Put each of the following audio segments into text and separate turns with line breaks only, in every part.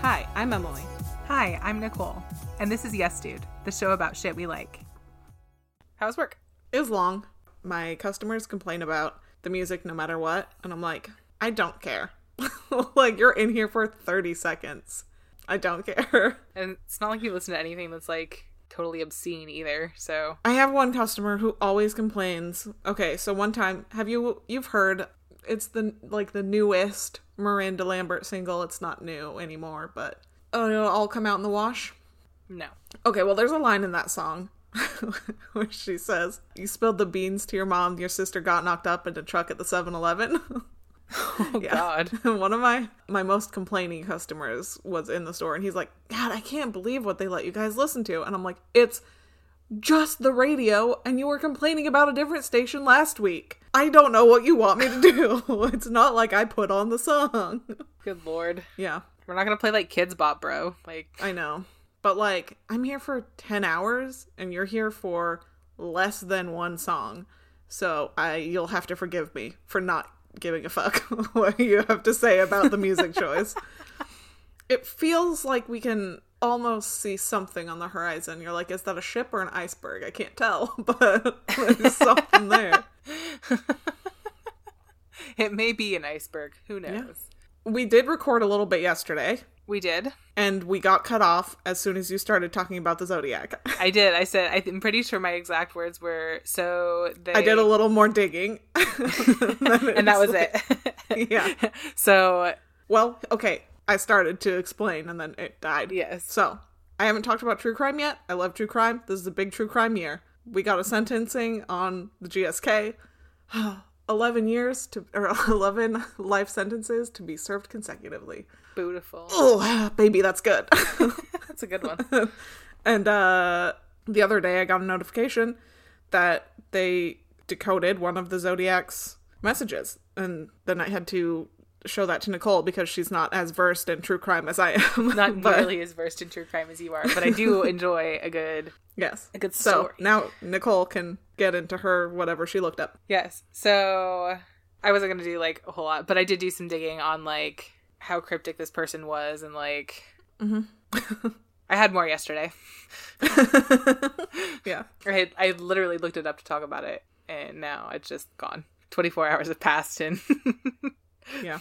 Hi, I'm Emily.
Hi, I'm Nicole, and this is Yes Dude, the show about shit we like.
How's work?
It was long. My customers complain about the music no matter what, and I'm like, I don't care. like, you're in here for 30 seconds. I don't care.
And it's not like you listen to anything that's like totally obscene either. So
I have one customer who always complains. Okay, so one time, have you you've heard it's the like the newest Miranda Lambert single. It's not new anymore, but oh, it'll all come out in the wash.
no.
Okay, well, there's a line in that song where she says, "You spilled the beans to your mom. Your sister got knocked up in a truck at the 7-Eleven."
Oh God.
One of my my most complaining customers was in the store, and he's like, "God, I can't believe what they let you guys listen to." And I'm like, "It's just the radio, and you were complaining about a different station last week. I don't know what you want me to do. it's not like I put on the song."
Good Lord.
yeah,
We're not gonna play like Kids Bop, bro. Like
I know. But like, I'm here for 10 hours and you're here for less than one song. So I you'll have to forgive me for not giving a fuck what you have to say about the music choice. It feels like we can almost see something on the horizon. You're like, is that a ship or an iceberg? I can't tell, but there's something there.
it may be an iceberg. Who knows?
We did record a little bit yesterday
We did.
and we got cut off as soon as you started talking about the zodiac.
I did. I said. I'm pretty sure my exact words were. So they.
I did a little more digging.
and that was it.
yeah.
so
Well, okay. I started to explain and then it died.
Yes.
So I haven't talked about true crime yet. I love true crime. This is a big true crime year. We got a sentencing on the GSK. 11 years to, or 11 life sentences to be served consecutively.
beautiful.
Oh, baby, that's good.
That's a good one.
And uh, the other day, I got a notification that they decoded one of the Zodiac's messages. And then I had to show that to Nicole because she's not as versed in true crime as I am.
Not
But,
nearly as versed in true crime as you are, but I do enjoy a good
Yes.
a good
So
story.
now Nicole can get into her whatever she looked up.
Yes. So I wasn't gonna do like a whole lot, but I did do some digging on like how cryptic this person was and like
Mm-hmm.
I had more yesterday.
Yeah.
I had, I literally looked it up to talk about it and now it's just gone. Twenty four hours have passed and
Yeah.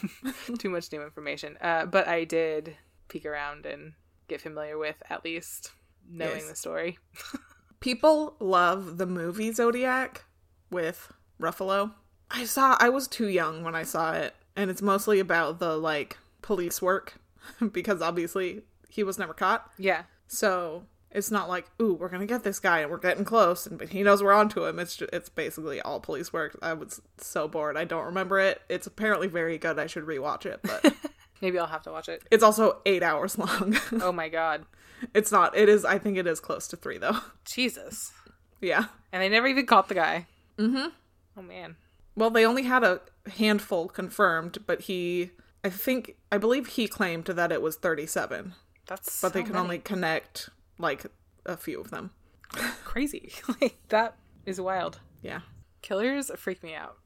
too much new information. Uh, but I did peek around and get familiar with at least knowing
Yes.
the story.
People love the movie Zodiac with Ruffalo. I saw I was too young when I saw it, and it's mostly about the like police work because obviously he was never caught.
Yeah.
So it's not like, ooh, we're gonna get this guy and we're getting close, and but he knows we're onto him. It's just, it's basically all police work. I was so bored. I don't remember it. It's apparently very good. I should rewatch it, but
Maybe I'll have to watch it.
it's also eight hours long.
Oh my god.
it's not. It is. I think it is close to three though.
Jesus.
yeah.
And they never even caught the guy. Mm-hmm. Oh man.
Well, they only had a handful confirmed, but he, I think, I believe he claimed that it was thirty-seven,
That's
but they can only connect like a few of them.
crazy. like that is wild.
Yeah.
Killers freak me out.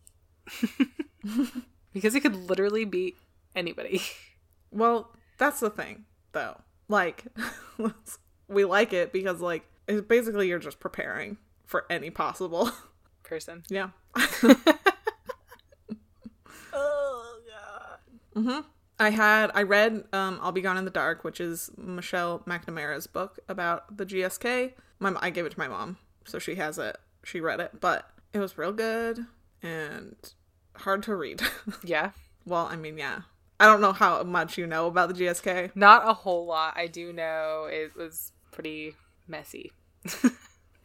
because it could literally be anybody.
Well, that's the thing, though. Like, we like it because, like, it's basically you're just preparing for any possible.
Person.
yeah.
Oh god.
Mm-hmm. I had, I read um, I'll Be Gone in the Dark, which is Michelle McNamara's book about the GSK. My, I gave it to my mom, so she has it. She read it, but it was real good and hard to read.
Yeah.
well, I mean, yeah. I don't know how much you know about the GSK.
Not a whole lot. I do know it was pretty messy.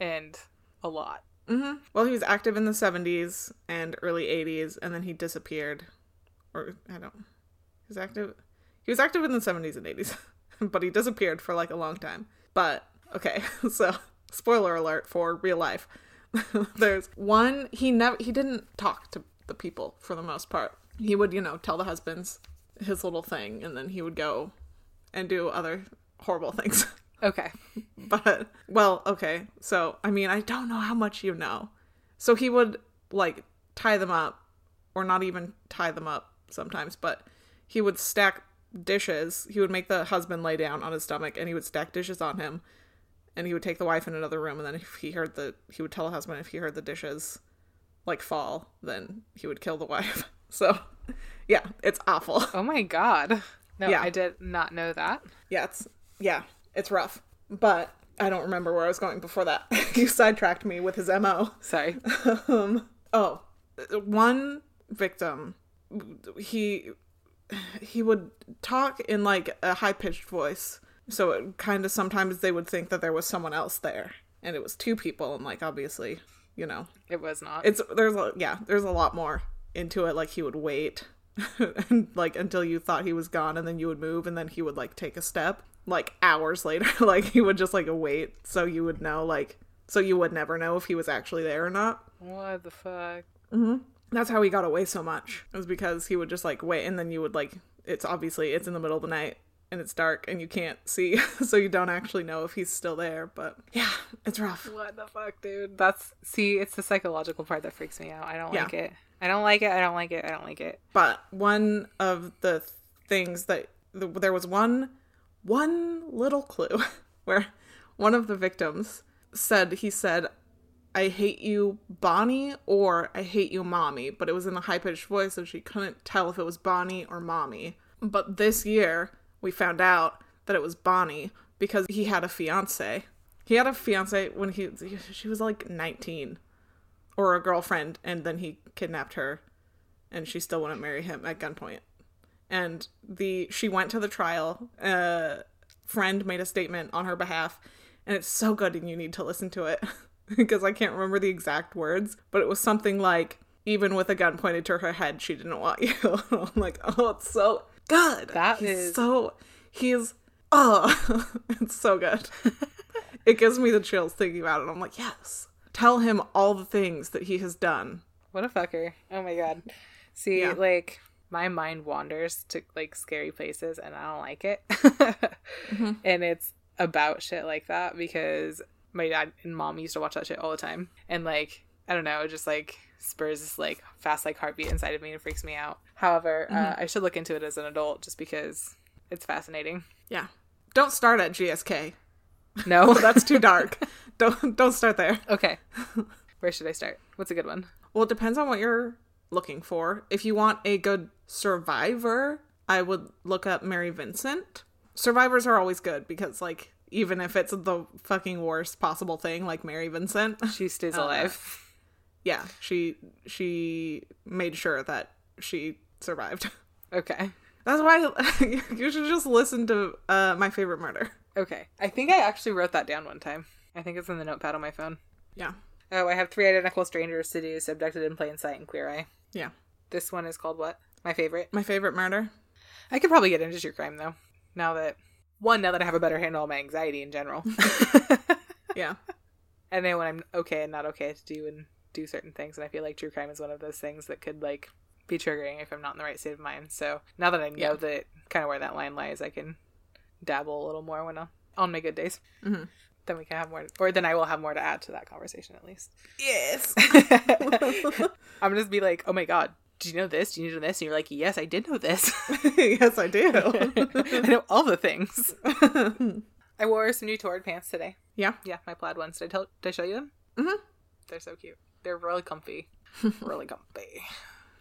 and a lot.
Well, he was active in the 70s and early 80s, and then he disappeared. Or, I don't. He was active. He was active in the 70s and 80s, but he disappeared for like a long time. But, okay, so spoiler alert for real life. There's one, he never, he didn't talk to the people for the most part. He would, you know, tell the husbands his little thing, and then he would go and do other horrible things.
Okay.
but well okay so i mean i don't know how much you know so he would like tie them up or not even tie them up sometimes but he would stack dishes. He would make the husband lay down on his stomach and he would stack dishes on him. And he would take the wife in another room. And then if he heard the, he would tell the husband if he heard the dishes like fall, then he would kill the wife. So yeah, it's awful.
Oh my god. No,
Yeah.
I did not know that.
Yeah, it's, yeah, it's rough. But I don't remember where I was going before that. you sidetracked me with his MO.
Sorry.
um oh one victim he he would talk in like a high-pitched voice so it kind of sometimes they would think that there was someone else there and it was two people and like obviously you know
It was not.
it's there's a yeah there's a lot more into it like he would wait and like until you thought he was gone and then you would move and then he would like take a step like hours later like he would just like wait so you would know like so you would never know if he was actually there or not
what the fuck?
that's how he got away so much was because he would just like wait and then you would like it's obviously it's in the middle of the night and it's dark and you can't see so you don't actually know if he's still there but yeah it's rough
What the fuck, dude? That's see, it's the psychological part that freaks me out. I don't
Yeah.
like it. I don't like it. I don't like it. I don't like it.
but one of the things that the, there was one one little clue where one of the victims said he said i hate you bonnie or i hate you mommy but it was in a high-pitched voice so she couldn't tell if it was bonnie or mommy but this year we found out that it was bonnie because he had a fiance he had a fiance when he she was like 19 or a girlfriend and then he kidnapped her and she still wouldn't marry him at gunpoint. And the she went to the trial. Uh, friend made a statement on her behalf, and it's so good, and you need to listen to it because I can't remember the exact words, but it was something like, "Even with a gun pointed to her head, she didn't want you." I'm like, oh, it's so good.
That
He's
is-
so he's oh, it's so good. it gives me the chills thinking about it. I'm like, yes. Tell him all the things that he has done
What a fucker. Oh my god. See,
Yeah.
like my mind wanders to like scary places and I don't like it. And it's about shit like that because my dad and mom used to watch that shit all the time. And like, I don't know, it just like spurs this like fast like heartbeat inside of me and freaks me out. However, uh, I should look into it as an adult just because it's fascinating.
Yeah. Don't start at GSK.
No.
That's too dark. don't don't start there.
okay. Where should I start? What's a good one?
Well, it depends on what you're looking for. If you want a good survivor, I would look up Mary Vincent. Survivors are always good because like even if it's the fucking worst possible thing like Mary Vincent,
She stays alive.
yeah, she she made sure that she survived.
Okay.
That's why you should just listen to uh, my favorite murder.
Okay. I think I actually wrote that down one time. I think it's in the notepad on my phone.
Yeah.
Oh, I have three identical strangers seduced, abducted in plain sight, and queer eye.
Yeah.
This one is called what? My favorite.
My favorite murder.
I could probably get into true crime though. Now that one, now that I have a better handle on my anxiety in general,
Yeah.
and then when I'm okay and not okay to do and do certain things, and I feel like true crime is one of those things that could like be triggering if I'm not in the right state of mind. So now that I know
Yeah.
that kind of where that line lies, I can dabble a little more when I'm on my good days.
Mhm.
Then we can have more, or then I will have more to add to that conversation at least.
Yes.
I'm just be like, oh my god, do you know this? Do you know this? And you're like, yes, I did know this.
yes, I do.
I know all the things. I wore some new Torrid pants today.
yeah.
Yeah, my plaid ones. Did I tell? Did I show you them?
Mhm.
They're so cute. They're really comfy. really comfy.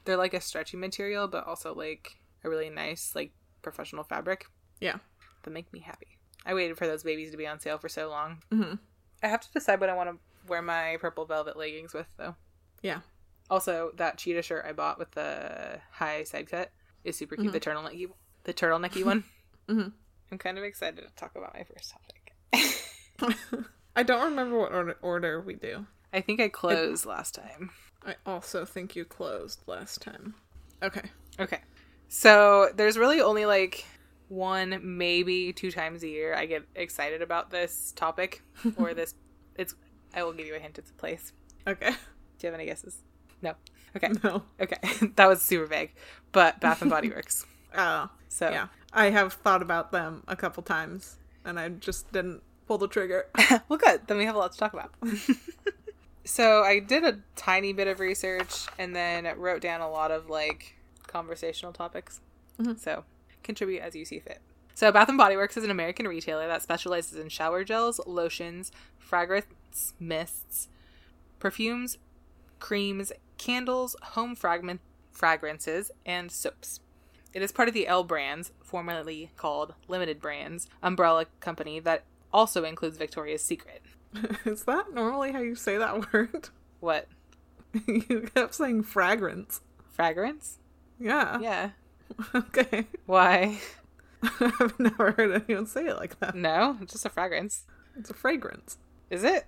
They're like a stretchy material, but also like a really nice, like professional fabric
Yeah.
that make me happy. I waited for those babies to be on sale for so long.
Mhm.
I have to decide what I want to wear my purple velvet leggings with, though.
Yeah.
Also, that cheetah shirt I bought with the high side cut is super cute. The turtlenecky, the turtlenecky one.
Mhm.
I'm kind of excited to talk about my first topic.
I don't remember what order, order we do.
I think I closed last time.
I also think you closed last time. Okay.
Okay. So there's really only like one, maybe two times a year I get excited about this topic or this. It's. I will give you a hint. It's a place.
Okay.
Do you have any guesses? No. Okay.
No.
Okay. that was super vague, but Bath and Body Works.
Oh.
So
Yeah. I have thought about them a couple times and I just didn't pull the trigger.
well, good. Then we have a lot to talk about. so I did a tiny bit of research and then wrote down a lot of like conversational topics. So Contribute as you see fit. So, Bath and Body Works is an American retailer that specializes in shower gels, lotions, fragrance mists, perfumes, creams, candles, home fragment fragrances, and soaps. It is part of the L Brands, formerly called Limited Brands, umbrella company that also includes Victoria's Secret.
Is that normally how you say that word?
What?
you kept saying fragrance.
Fragrance?
Yeah.
Yeah.
Okay.
Why?
I've never heard anyone say it like that.
No, it's just a fragrance.
It's a fragrance.
Is it?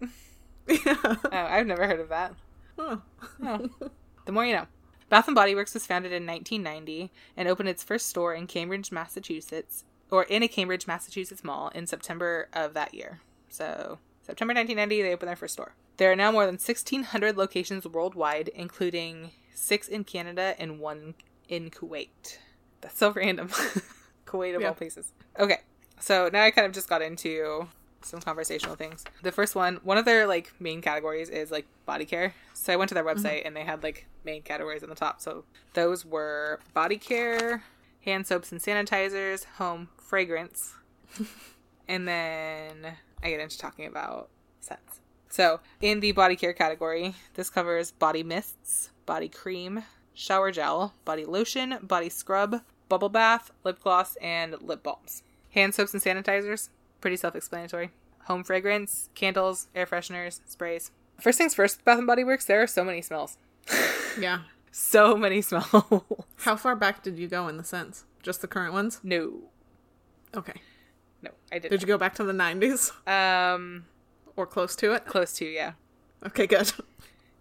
Yeah.
Oh, I've never heard of that.
Huh.
Oh. the more you know. Bath and Body Works was founded in 1990 and opened its first store in Cambridge, Massachusetts, or in a Cambridge, Massachusetts mall in September of that year. So, September 1990, they opened their first store. There are now more than 1,600 locations worldwide, including six in Canada and one in Kuwait. That's so random. Kuwait of
Yeah.
all places. Okay, so now I kind of just got into some conversational things. The first one, one of their like main categories is like body care. So I went to their website and they had like main categories on the top. So those were body care, hand soaps and sanitizers, home fragrance, and then I get into talking about scents. So in the body care category, this covers body mists, body cream, shower gel, body lotion, body scrub, bubble bath, lip gloss, and lip balms. Hand soaps and sanitizers, pretty self-explanatory. Home fragrance, candles, air fresheners, sprays. First things first, Bath and Body Works. There are so many smells,
Yeah.
so many smells.
How far back did you go in the sense? Just the current ones?
no,
Okay.
no, I didn't.
Did you go back to the 90s
Um,
or close to it?
close to yeah.
Okay, good.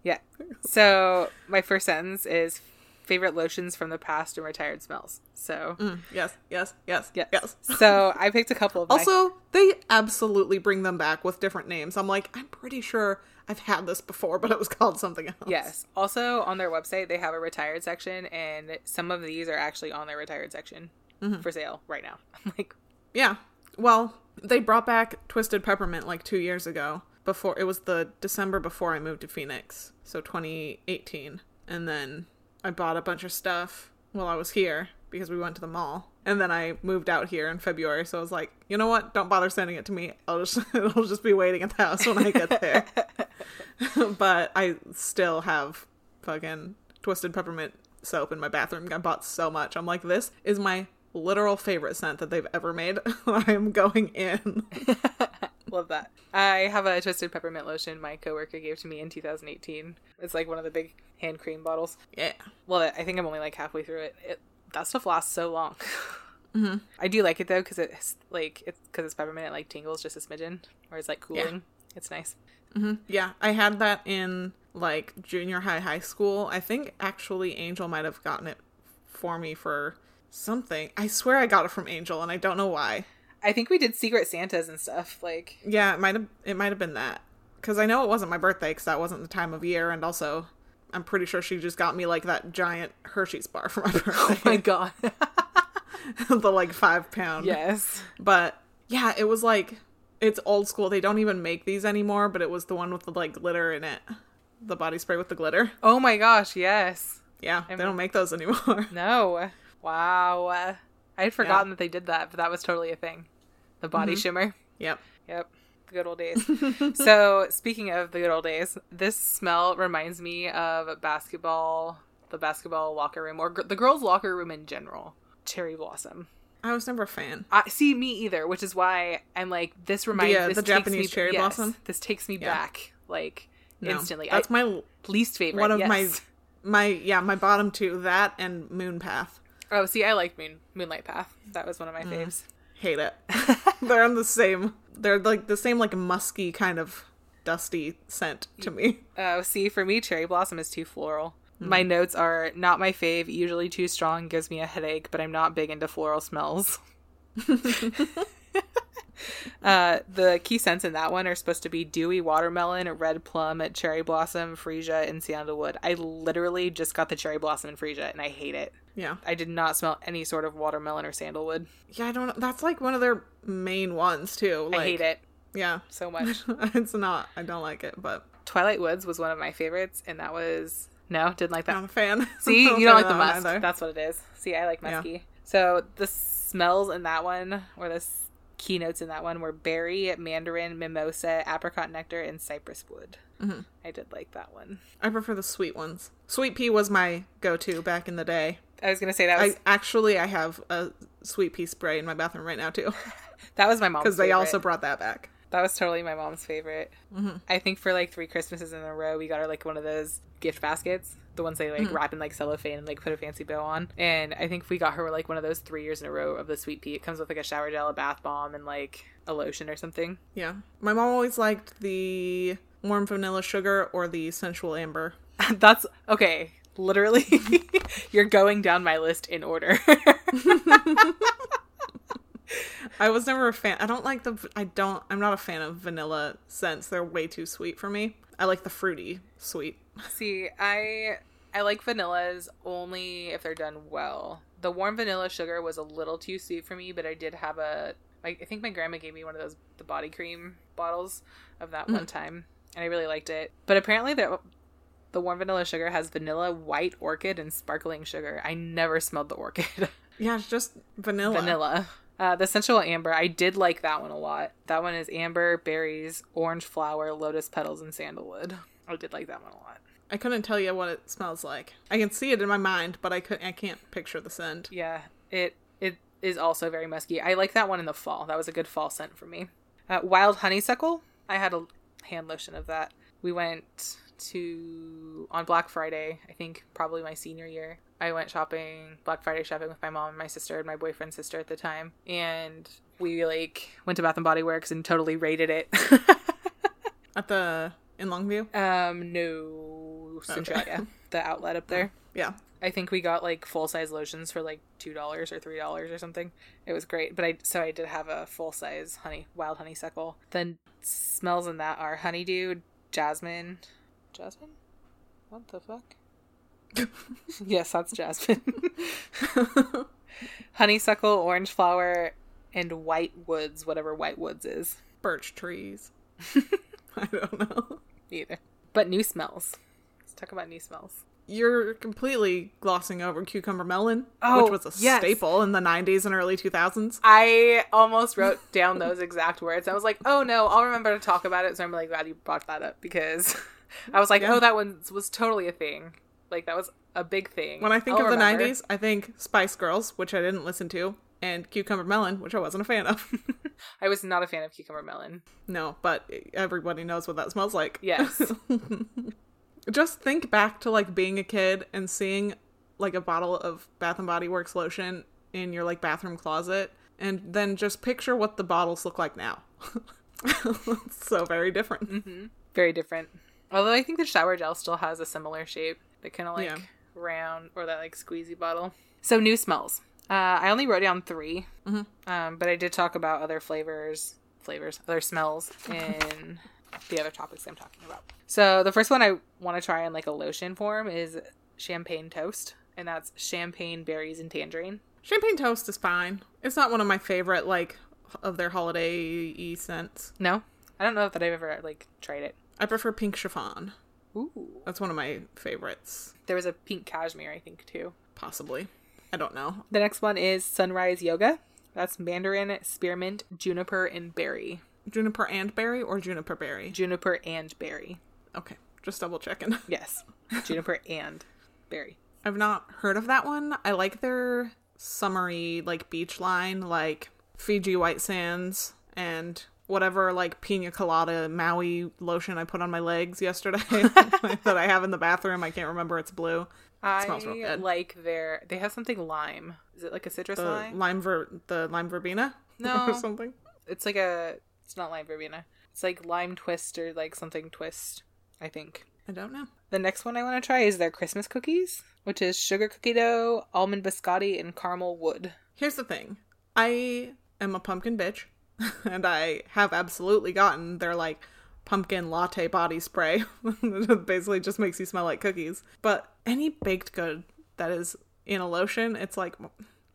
Yeah. So my first sentence is favorite lotions from the past and retired smells. So
Mm, yes, yes, yes,
yes.
yes. yes.
So I picked a couple of my-
Also, they absolutely bring them back with different names. I'm like, I'm pretty sure I've had this before, but it was called something else.
yes. Also on their website they have a retired section and some of these are actually on their retired section
Mm-hmm.
for sale right now. I'm like
Yeah. Well, they brought back Twisted Peppermint like two years ago. Before it was the December before I moved to Phoenix, so 2018, and then I bought a bunch of stuff while I was here because we went to the mall, and then I moved out here in February. So I was like, you know what? Don't bother sending it to me. I'll just it'll just be waiting at the house when I get there. but I still have fucking twisted peppermint soap in my bathroom. I bought so much. I'm like, this is my literal favorite scent that they've ever made. I am going in.
love that. I have a twisted peppermint lotion my coworker gave to me in 2018. It's like one of the big hand cream bottles.
Yeah.
Well, I think I'm only like halfway through it. it that stuff lasts so long. I do like it though because it's like it's because it's peppermint. It like tingles just a smidgen, or it's like cooling. It's nice.
Yeah. I had that in like junior high, high school. I think actually Angel might have gotten it for me for something. I swear I got it from Angel and I don't know why.
I think we did Secret Santas and stuff. Like,
Yeah, it might have it might have been that because I know it wasn't my birthday because that wasn't the time of year, and also I'm pretty sure she just got me like that giant Hershey's bar for my birthday,
Oh my God,
the like five pound.
yes,
but yeah, it was like it's old school. They don't even make these anymore, but it was the one with the like glitter in it, the body spray with the glitter.
oh my gosh, yes.
Yeah, they don't make those anymore.
No, wow. I had forgotten that they did that, but that was totally a thing. The body shimmer.
yep.
Yep. The good old days. so, speaking of the good old days, this smell reminds me of basketball, the basketball locker room, or gr- the girls' locker room in general. Cherry blossom.
I was never a fan.
I see me either, which is why I'm like this reminds
uh,
this
the
takes
Japanese
me,
cherry
yes,
blossom?
This takes me
Yeah.
back like
No,
instantly.
that's
I,
my
least favorite.
one of
yes.
my my yeah my bottom two that and Moon Path.
Oh, see, I like Moon Moonlight Path. That was one of my
Mm.
faves.
hate it. they're on the same. They're like the same like musky kind of dusty scent to me.
Oh, see, for me, cherry blossom is too floral. My notes are not my fave, usually too strong, gives me a headache, but I'm not big into floral smells. uh, the key scents in that one are supposed to be dewy watermelon, red plum, cherry blossom, freesia, and sandalwood. I literally just got the cherry blossom and freesia, and I hate it.
Yeah.
I did not smell any sort of watermelon or sandalwood.
Yeah, I don't know. That's like one of their main ones too. Like,
I hate it
Yeah.
so much.
it's not. I don't like it, but
Twilight Woods was one of my favorites, and that was no, didn't like that.
I'm a fan.
See,
I'm
you don't
a
like the
fan of that
musk.
one either.
That's what it is. See, I like musky. So this smells in that one, or the s- keynotes in that one, were berry, mandarin, mimosa, apricot nectar, and cypress wood.
Mhm.
I did like that one.
I prefer the sweet ones. Sweet pea was my go-to back in the day.
I was gonna say that was
I actually I have a sweet pea spray in my bathroom right now too
that was my mom's
because they
favorite.
also brought that back.
That was totally my mom's favorite. I think for like three Christmases in a row, we got her like one of those gift baskets, the ones they like wrap in like cellophane and like put a fancy bow on. And I think we got her like one of those three years in a row of the sweet pea. It comes with like a shower gel, a bath bomb, and like a lotion or something.
Yeah, my mom always liked the warm vanilla sugar or the sensual amber.
That's okay. Literally, you're going down my list in order.
I was never a fan. I don't like the. I don't. I'm not a fan of vanilla scents. They're way too sweet for me. I like the fruity sweet.
See, I I like vanillas only if they're done well. The warm vanilla sugar was a little too sweet for me, but I did have a like I think my grandma gave me one of those the body cream bottles of that one time, and I really liked it. But apparently the the warm vanilla sugar has vanilla, white orchid, and sparkling sugar. I never smelled the orchid.
Yeah, it's just vanilla.
vanilla. Uh, the sensual amber, I did like that one a lot. That one is amber, berries, orange flower, lotus petals, and sandalwood. I did like that one a lot.
I couldn't tell you what it smells like. I can see it in my mind, but I could. I can't picture the scent.
Yeah, it it is also very musky. I like that one in the fall. That was a good fall scent for me. Uh, wild honeysuckle. I had a hand lotion of that. We went to on Black Friday. I think probably my senior year. I went shopping Black Friday shopping with my mom and my sister and my boyfriend's sister at the time, and we like went to Bath and Body Works and totally raided it.
At the in Longview.
um, no, Centralia, the outlet up there.
Yeah,
I think we got like full size lotions for like two dollars or three dollars or something. It was great, but I so I did have a full size honey wild honeysuckle. Then smells in that are honeydew, jasmine, jasmine. What the fuck? yes, that's jasmine. honeysuckle, orange flower, and white woods, whatever white woods is.
birch trees. I don't know.
Either, but new smells. Let's talk about new smells.
You're completely glossing over cucumber melon,
Oh,
which was a
yes.
staple in the 90s and early 2000s.
I almost wrote down those exact words. I was like, oh no, I'll remember to talk about it. So I'm really glad you brought that up because I was like,
Yeah.
oh, that one was totally a thing. Like, that was a big thing.
When I think
I'll
of the
remember.
90s, I think Spice Girls, which I didn't listen to, and Cucumber Melon, which I wasn't a fan of.
I was not a fan of cucumber melon.
no, but everybody knows what that smells like.
Yes.
Just think back to like being a kid and seeing like a bottle of Bath and Body Works lotion in your like bathroom closet and then just picture what the bottles look like now. it's so very different.
Mm-hmm. Very different. Although I think the shower gel still has a similar shape, that kind of like
Yeah.
round or that like squeezy bottle. So new smells. Uh, I only wrote down 3 um, but I did talk about other flavors, flavors, other smells in the other topics I'm talking about. So the first one I want to try in like a lotion form is champagne toast, and that's champagne berries and tangerine.
Champagne toast is fine. It's not one of my favorite like of their holiday scents.
No, I don't know that I've ever like tried it.
I prefer pink chiffon.
Ooh,
That's one of my favorites,
there was a pink cashmere I think too.
possibly. I don't know.
The next one is Sunrise Yoga. That's mandarin, spearmint, juniper, and berry.
Juniper and berry or juniper berry?
Juniper and berry.
Okay, just double checking.
Yes. juniper and berry.
I've not heard of that one. I like their summery like beach line, like Fiji White Sands and whatever like pina colada Maui lotion I put on my legs yesterday that I have in the bathroom. I can't remember. It's blue.
I
smells real good. Uh,
like their. They have something lime. Is it like a citrus
the
lime?
lime ver the lime verbena
No.
or something.
It's like a. It's not lime verbena. It's like lime twist or like something twist. I think.
I don't know.
The next one I want to try is their Christmas cookies, which is sugar cookie dough, almond biscotti, and caramel wood.
Here's the thing. I am a pumpkin bitch and I have absolutely gotten their like pumpkin latte body spray. It basically just makes you smell like cookies. But any baked good that is in a lotion, it's like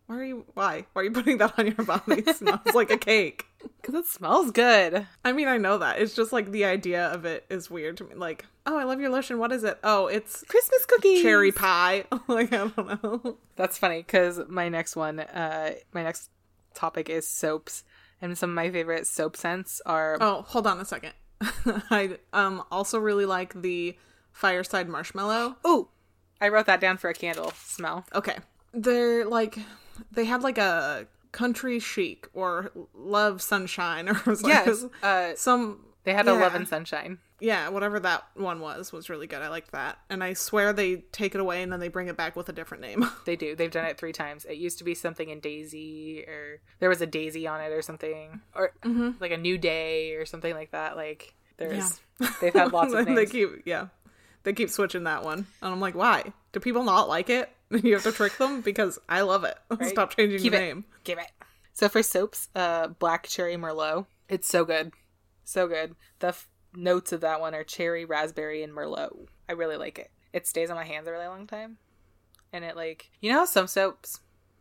why are you why? Why are you putting that on your body? It smells like a cake.
Because it smells good.
I mean, I know that. It's just like the idea of it is weird to me. Like, oh, I love your lotion. What is it? Oh, it's
Christmas cookies.
cherry pie. like, I don't know.
That's funny because my next one, uh, my next topic is soaps, and some of my favorite soap scents are
Oh, hold on a second. I um also really like the fireside marshmallow.
oh, I wrote that down for a candle smell.
Okay. They're like they had like a country chic or love sunshine or something.
Yes, uh,
Some
they had a love
yeah.
and sunshine.
yeah, whatever that one was was really good. I liked that. And I swear they take it away and then they bring it back with a different name.
They do. They've done it three times. It used to be something in Daisy, or there was a Daisy on it, or something, or
Mm-hmm.
like a New Day, or something like that. Like there's, they've had lots of
And they
names.
keep yeah. They keep switching that one. And I'm like, "Why? Do people not like it?" You have to trick them because I love it. Stop changing
Keep
the
it.
name.
Give it. So for soaps, uh, black cherry merlot. It's so good, so good. The f- notes of that one are cherry, raspberry, and merlot. I really like it. It stays on my hands a really long time, and it like you know how some soaps,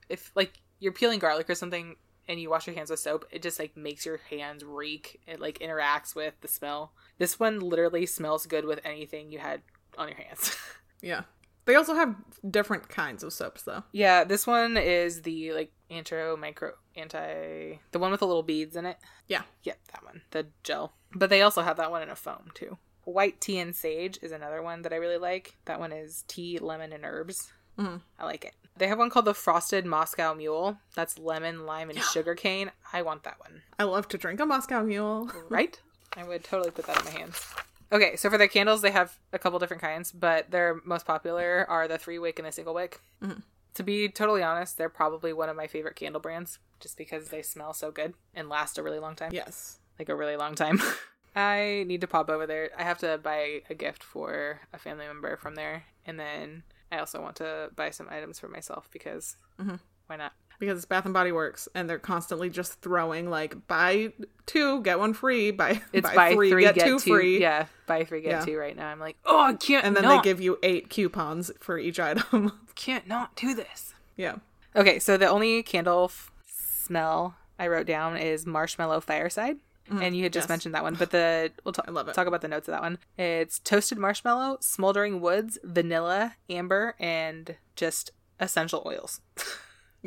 if like you're peeling garlic or something and you wash your hands with soap, it just like makes your hands reek. It like interacts with the smell. This one literally smells good with anything you had on your hands.
Yeah. They also have different kinds of soaps though.
Yeah, this one is the like antro micro anti the one with the little beads in it.
Yeah.
Yep, that one. The gel. But they also have that one in a foam too. White tea and sage is another one that I really like. That one is tea, lemon, and herbs.
Mhm.
I like it. They have one called the Frosted Moscow Mule. That's lemon, lime, and sugarcane. I want that one.
I love to drink a Moscow Mule.
Right? I would totally put that in my hands. Okay, so for their candles, they have a couple different kinds, but their most popular are the three wick and the single wick.
Mm-hmm.
To be totally honest, they're probably one of my favorite candle brands just because they smell so good and last a really long time.
Yes.
Like a really long time. I need to pop over there. I have to buy a gift for a family member from there. And then I also want to buy some items for myself because
Mm-hmm.
why not?
Because it's Bath and Body Works and they're constantly just throwing like buy two, get one free, buy,
It's buy, three, get, two, free. Yeah, buy three, get
Yeah.
two right now. I'm like, oh, I can't.
And then
not.
they give you eight coupons for each item.
can't not do this.
yeah.
Okay, so the only candle f- smell I wrote down is marshmallow fireside, and you had just
Mm, Mm-hmm. yes.
mentioned that one. But the we'll ta-
I love it.
talk about the notes of that one. It's toasted marshmallow, smoldering woods, vanilla, amber, and just essential oils.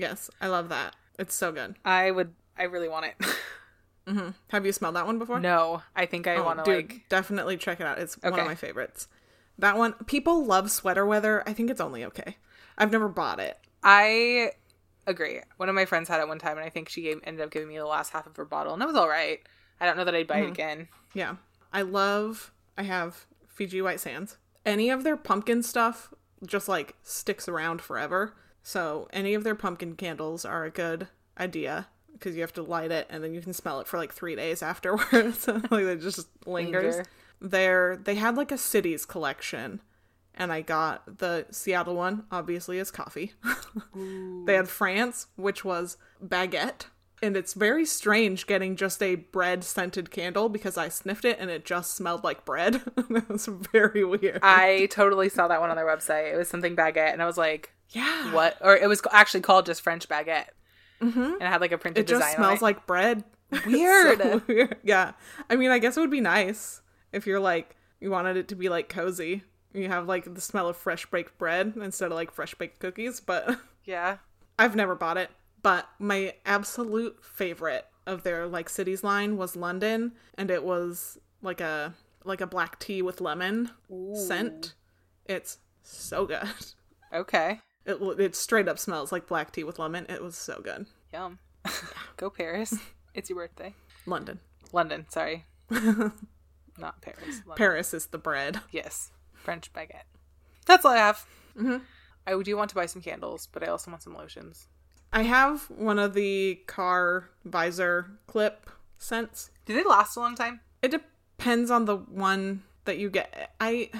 Yes. I love that. It's so good. Mm-hmm.
I would, I really want it.
Have you smelled that one before?
no, I think I
Oh,
want to
dude,
like.
definitely check it out. It's one
Okay.
of my favorites. That one, people love sweater weather. I think it's only okay. I've never bought it.
I agree. One of my friends had it one time, and I think she gave, ended up giving me the last half of her bottle, and that was all right. I don't know that I'd buy
Hmm.
it again.
Yeah. I love I have Fiji White Sands. Any of their pumpkin stuff just like sticks around forever. So, any of their pumpkin candles are a good idea because you have to light it and then you can smell it for like 3 days afterwards. like it just lingers.
Linger.
There they had like a cities collection and I got the Seattle one, obviously is coffee. They had France, which was baguette. And it's very strange getting just a bread scented candle because I sniffed it and it just smelled like bread. it was very weird.
I totally saw that one on their website. It was something baguette, and I was like,
yeah.
what? Or it was actually called just French baguette. Mm-hmm. And it had like a printed
It just
design.
smells
on
like bread. It's so
Weird.
weird. Yeah. I mean, I guess it would be nice if you're like, you wanted it to be like cozy. You have like the smell of fresh baked bread instead of like fresh baked cookies, but
it. yeah.
I've never bought it, but my absolute favorite of their like cities line was London, and it was like a like a black tea with lemon scent. It's so good.
Okay.
It it straight up smells like black tea with lemon. It was so good.
Yum. Go Paris. It's your birthday.
London,
London. Sorry. Not Paris. London.
Paris is the bread.
yes. French baguette. That's all I have. I do want to buy some candles, but I also want some lotions.
I have one of the car visor clip scents.
Do they last a long time?
It depends on the one that you get. I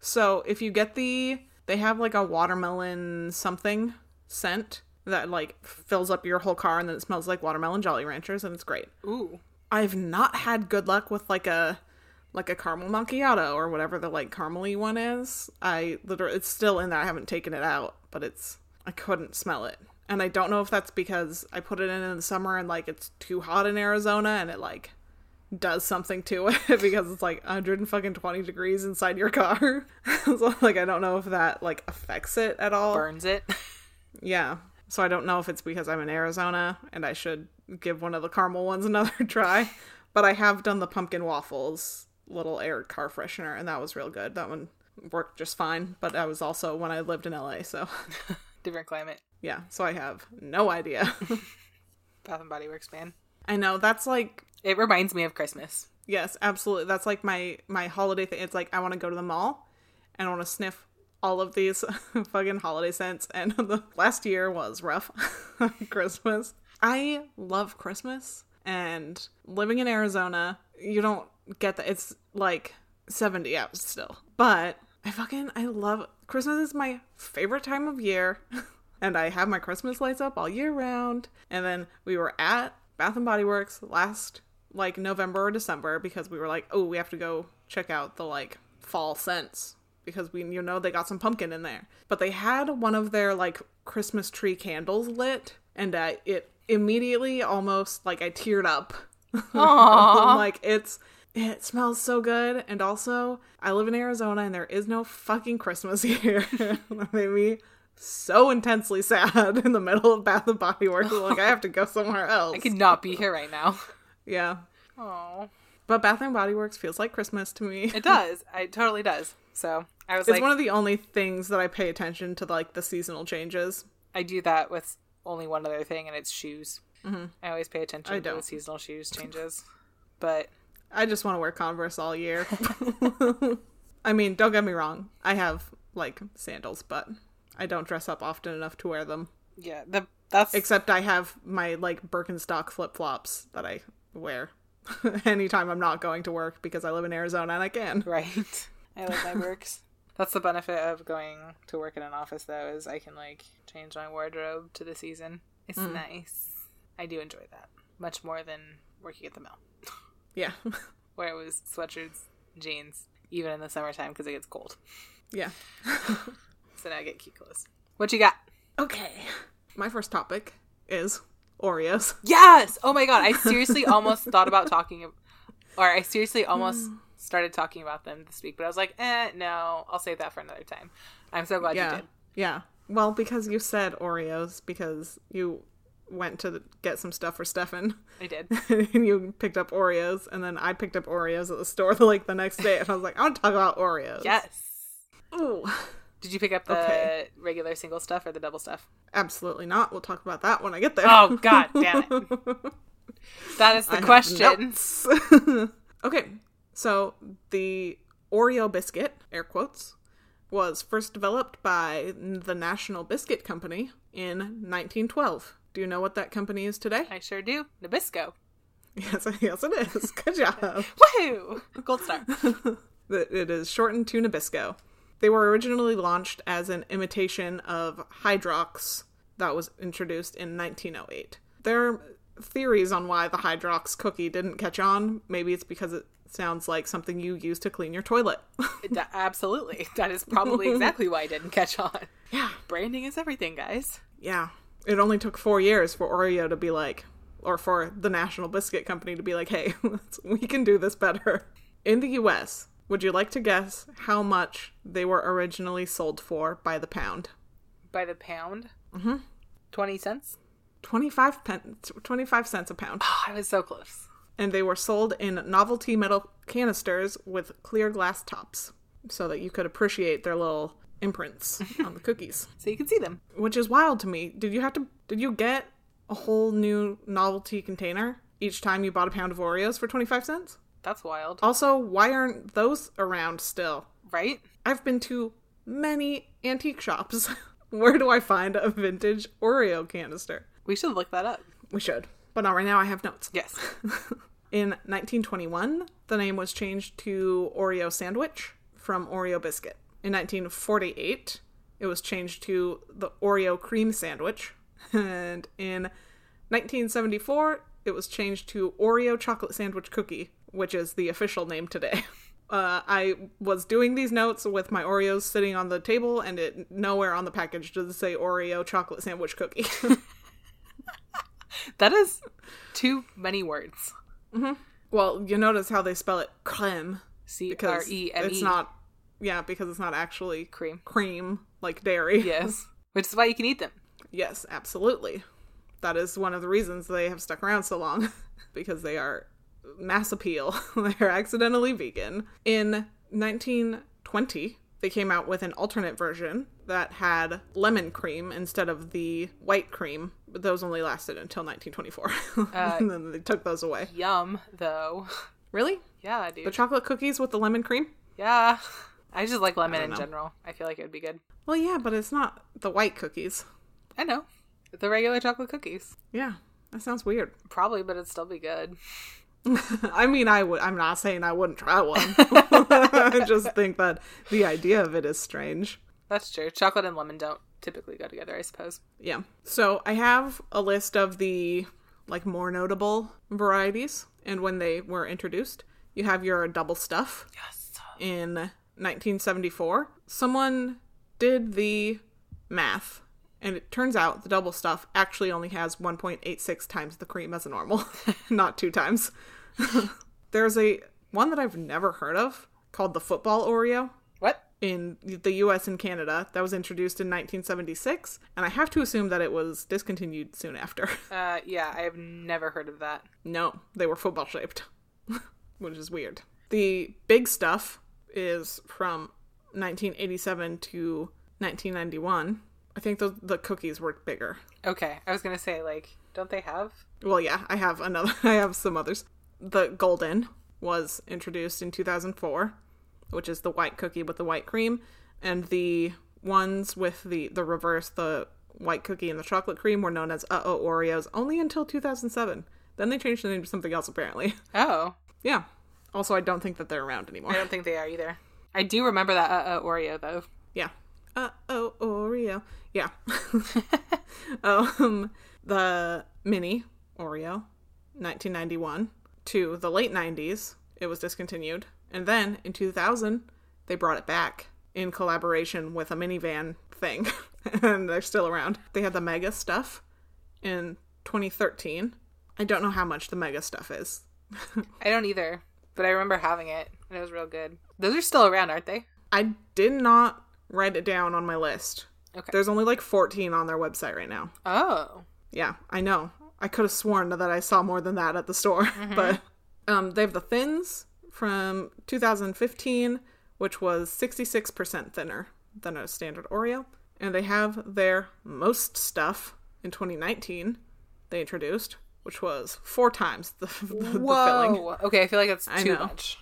so if you get the they have like a watermelon something scent that like fills up your whole car and then it smells like watermelon jolly ranchers and it's great.
Ooh.
I've not had good luck with like a like a caramel macchiato or whatever the like caramely one is. I literally it's still in there. I haven't taken it out, but it's I couldn't smell it. And I don't know if that's because I put it in in the summer and like it's too hot in Arizona and it like does something to it because it's like 120 degrees inside your car. so like I don't know if that like affects it at all.
Burns it.
Yeah. So I don't know if it's because I'm in Arizona and I should give one of the caramel ones another try. But I have done the pumpkin waffles little air car freshener, and that was real good. That one worked just fine. But that was also when I lived in LA, so
Different climate.
yeah. So I have no idea.
Bath and Body Works, man.
I know that's like
It reminds me of Christmas.
Yes, absolutely. That's like my my holiday thing. It's like I want to go to the mall and I want to sniff all of these fucking holiday scents. And the last year was rough. Christmas. I love Christmas and living in Arizona, you don't get that. It's like 70 out still. But I fucking I love Christmas is my favorite time of year. and I have my Christmas lights up all year round. And then we were at Bath and Body Works last like November or December because we were like, oh, we have to go check out the like fall scents because we you know they got some pumpkin in there. But they had one of their like Christmas tree candles lit, and uh, it immediately almost like I teared up. I'm like it's it smells so good and also I live in Arizona and there is no fucking Christmas here. that made me so intensely sad in the middle of Bath and Body Works. I'm like I have to go somewhere else.
I could not be here right now.
Yeah.
Oh,
But Bath and Body Works feels like Christmas to me.
it does. It totally does. So I was
it's
like,
one of the only things that I pay attention to, like the seasonal changes.
I do that with only one other thing, and it's shoes. I always pay attention to the
don't.
seasonal shoes changes. But
I just want to wear Converse all year. I mean, don't get me wrong. I have like sandals, but I don't dress up often enough to wear them.
yeah, the that's
Except I have my like Birkenstock flip flops that I wear anytime I'm not going to work because I live in Arizona and I can.
right. I like my works. That's the benefit of going to work in an office, though, is I can like change my wardrobe to the season. It's nice. I do enjoy that much more than working at the mill,
Yeah.
where it was sweatshirts, jeans, even in the summertime because it gets cold.
yeah.
So now I get cute clothes. What you got?
Okay. My first topic is Oreos.
Yes. Oh my god, I seriously almost thought about talking, ab- or I seriously almost started talking about them this week, but I was like, eh, no, I'll save that for another time. I'm so glad you
Yeah.
did.
Yeah. Well, because you said Oreos, because you went to get some stuff for Stefan
I did.
and you picked up Oreos, and then I picked up Oreos at the store like the next day, and I was like, I want to talk about Oreos.
Yes.
Ooh.
Did you pick up the
Okay.
regular single stuff or the double stuff?
Absolutely not. We'll talk about that when I get there.
Oh god, damn it. That is the
have
question.
okay. So the Oreo biscuit, air quotes, was first developed by the National Biscuit Company in 1912. Do you know what that company is today?
I sure do. Nabisco.
Yes, yes, it is. Good job.
Woohoo! Gold star.
That it is shortened to Nabisco. They were originally launched as an imitation of Hydrox that was introduced in 1908. There are theories on why the Hydrox cookie didn't catch on. Maybe it's because it sounds like something you use to clean your toilet.
Da- absolutely. That is probably exactly why I didn't catch on.
yeah.
Branding is everything, guys.
Yeah. It only took four years for Oreo to be like, or for the National Biscuit Company to be like, hey, let's- we can do this better. In the US, would you like to guess how much they were originally sold for by the pound?
By the pound. Mm-hmm. Twenty cents.
25, pen, 25 cents a pound.
Oh, I was so close.
And they were sold in novelty metal canisters with clear glass tops so that you could appreciate their little imprints on the cookies.
So you can see them.
which is wild to me. Did you have to? Did you get a whole new novelty container each time you bought a pound of Oreos for twenty five cents?
That's wild,
Also, why aren't those around still?
right?
I've been to many antique shops. Where do I find a vintage Oreo canister?
We should look that up.
We should, but not right now. I have notes.
Yes.
In 1921, the name was changed to Oreo Sandwich from Oreo Biscuit. In 1948, it was changed to the Oreo Cream Sandwich. And in 1974, it was changed to Oreo Chocolate Sandwich Cookie, which is the official name today. Uh, I was doing these notes with my Oreos sitting on the table, and it nowhere on the package does it say Oreo Chocolate Sandwich Cookie.
That is too many words.
well, you notice how they spell it creme.
C R
because
E M E.
it's not yeah because it's not actually
Cream.
cream like dairy
Yes. Which is why you can eat them.
Yes, absolutely. That is one of the reasons they have stuck around so long because they are mass appeal. they are accidentally vegan. In 1920, they came out with an alternate version that had lemon cream instead of the white cream, but those only lasted until 1924.
Uh,
and then they took those away.
Yum, though.
Really?
Yeah,
The
dude.
chocolate cookies with the lemon cream?
Yeah. I just like lemon in
know.
general. I feel like it would be good.
Well, yeah, but it's not the white cookies.
I know. The regular chocolate cookies.
Yeah, that sounds weird.
Probably, but it'd still be good.
I mean, I would. I'm not saying I wouldn't try one. I just think that the idea of it is strange.
That's true. Chocolate and lemon don't typically go together, I suppose.
Yeah. So I have a list of the like more notable varieties and when they were introduced. You have your double stuff
Yes.
in 1974. Someone did the math, and it turns out the double stuff actually only has 1.86 times the cream as a normal, not two times. There's a one that I've never heard of called the football Oreo
What?
in the US and Canada that was introduced in 1976, and I have to assume that it was discontinued soon after.
Uh, yeah, I have never heard of that.
No, they were football shaped, which is weird. The big stuff is from 1987 to 1991. I think the, the cookies were bigger.
Okay, I was gonna say like, don't they have?
Well, yeah, I have another. I have some others. The golden was introduced in 2004, which is the white cookie with the white cream, and the ones with the the reverse, the white cookie and the chocolate cream, were known as Uh Oh Oreos only until 2007. Then they changed the name to something else, apparently.
Oh,
Yeah. Also, I don't think that they're around anymore.
I don't think they are either. I do remember that uh uh Oreo though.
Yeah. Uh oh, Oreo. Yeah. um, the mini Oreo, 1991 to the late 90s, it was discontinued, and then in 2000 they brought it back in collaboration with a minivan thing, and they're still around. They had the mega stuff in 2013. I don't know how much the mega stuff is.
I don't either, but I remember having it and it was real good. Those are still around, aren't they?
I did not write it down on my list.
Okay.
There's only like 14 on their website right now.
Oh,
Yeah, I know. I could have sworn that I saw more than that at the store,
Mm-hmm.
but um, they have the thins from 2015, which was 66% thinner than a standard Oreo, and they have their most stuff in 2019. They introduced, which was four times the, the, the filling.
whoa. Okay, I feel like that's too
know.
much.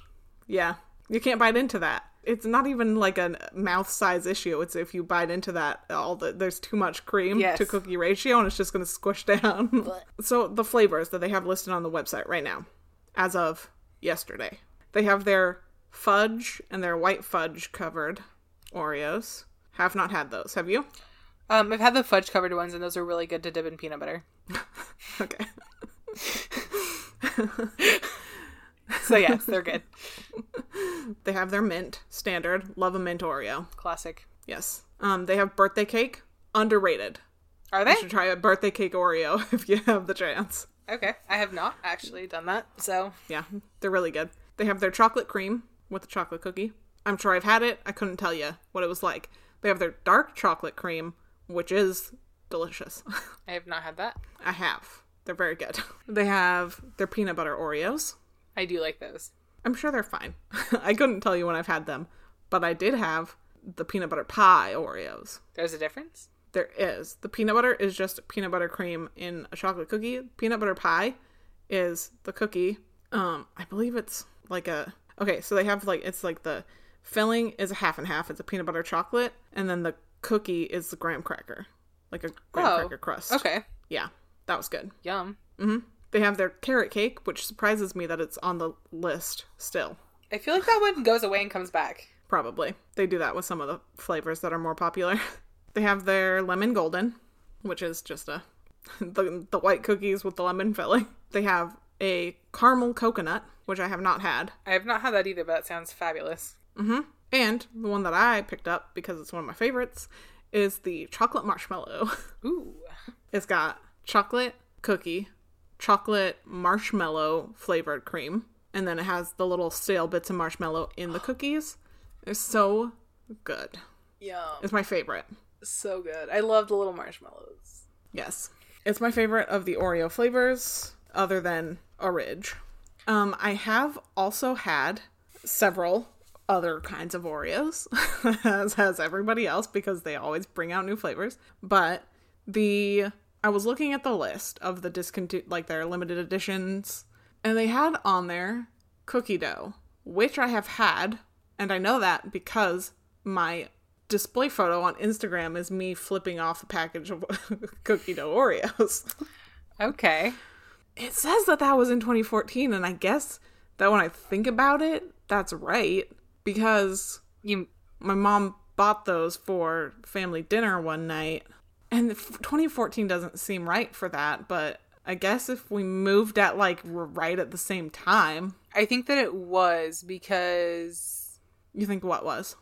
Yeah, you can't bite into that. It's not even like a mouth size issue. It's if you bite into that, all the there's too much cream
Yes.
to cookie ratio, and it's just going to squish down. so the flavors that they have listed on the website right now, as of yesterday, they have their fudge and their white fudge covered Oreos. Have not had those. Have you?
Um, I've had the fudge covered ones and those are really good to dip in peanut butter.
Okay.
So yes, they're good.
they have their mint standard. Love a mint Oreo.
Classic.
Yes. Um, they have birthday cake. Underrated.
Are they?
You should try a birthday cake Oreo if you have the chance.
Okay, I have not actually done that. So
Yeah, they're really good. They have their chocolate cream with the chocolate cookie. I'm sure I've had it. I couldn't tell you what it was like. They have their dark chocolate cream, which is delicious.
I have not had that.
I have. They're very good. They have their peanut butter Oreos.
I do like those.
I'm sure they're fine. I couldn't tell you when I've had them, but I did have the peanut butter pie Oreos.
There's a difference.
There is. The peanut butter is just peanut butter cream in a chocolate cookie. Peanut butter pie is the cookie. Um, I believe it's like a okay, so they have like it's like the filling is a half and half. It's a peanut butter chocolate, and then the cookie is the graham cracker. Like a graham
Oh,
cracker crust.
Okay.
Yeah. That was good.
Yum.
They have their carrot cake, which surprises me that it's on the list still.
I feel like that one goes away and comes back.
Probably. They do that with some of the flavors that are more popular. they have their lemon golden, which is just a the, the white cookies with the lemon filling. They have a caramel coconut, which I have not had.
I have not had that either, but that sounds fabulous.
And the one that I picked up because it's one of my favorites is the chocolate marshmallow.
Ooh.
it's got chocolate cookie, chocolate marshmallow flavored cream, and then it has the little stale bits of marshmallow in the cookies. They're so good.
Yum.
It's my favorite.
So good. I love the little marshmallows.
Yes. It's my favorite of the Oreo flavors, other than a ridge. Um, I have also had several other kinds of Oreos, as has everybody else, because they always bring out new flavors. But the I was looking at the list of the discontinued, like their limited editions, and they had on there cookie dough, which I have had, and I know that because my display photo on Instagram is me flipping off a package of cookie dough Oreos.
Okay.
It says that that was in 2014, and I guess that when I think about it, that's right because
You
my mom bought those for family dinner one night. And f- 2014 doesn't seem right for that, but I guess if we moved at like r- right at the same time,
I think that it was because
you think what was?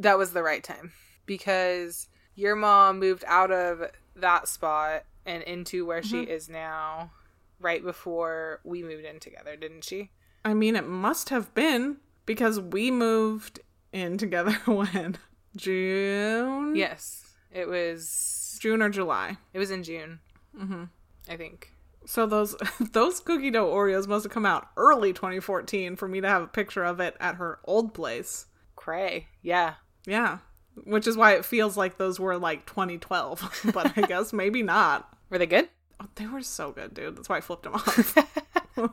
that was the right time. Because your mom moved out of that spot and into where she is now right before we moved in together, didn't she?
I mean, it must have been because we moved in together when June,
Yes. It was
June or July.
it was in June. Mhm. I think.
So those those cookie dough Oreos must have come out early 2014 for me to have a picture of it at her old place.
Cray. Yeah.
Yeah. Which is why it feels like those were like 2012, but I guess maybe not.
Were they good?
Oh, they were so good, dude. That's why I flipped them off.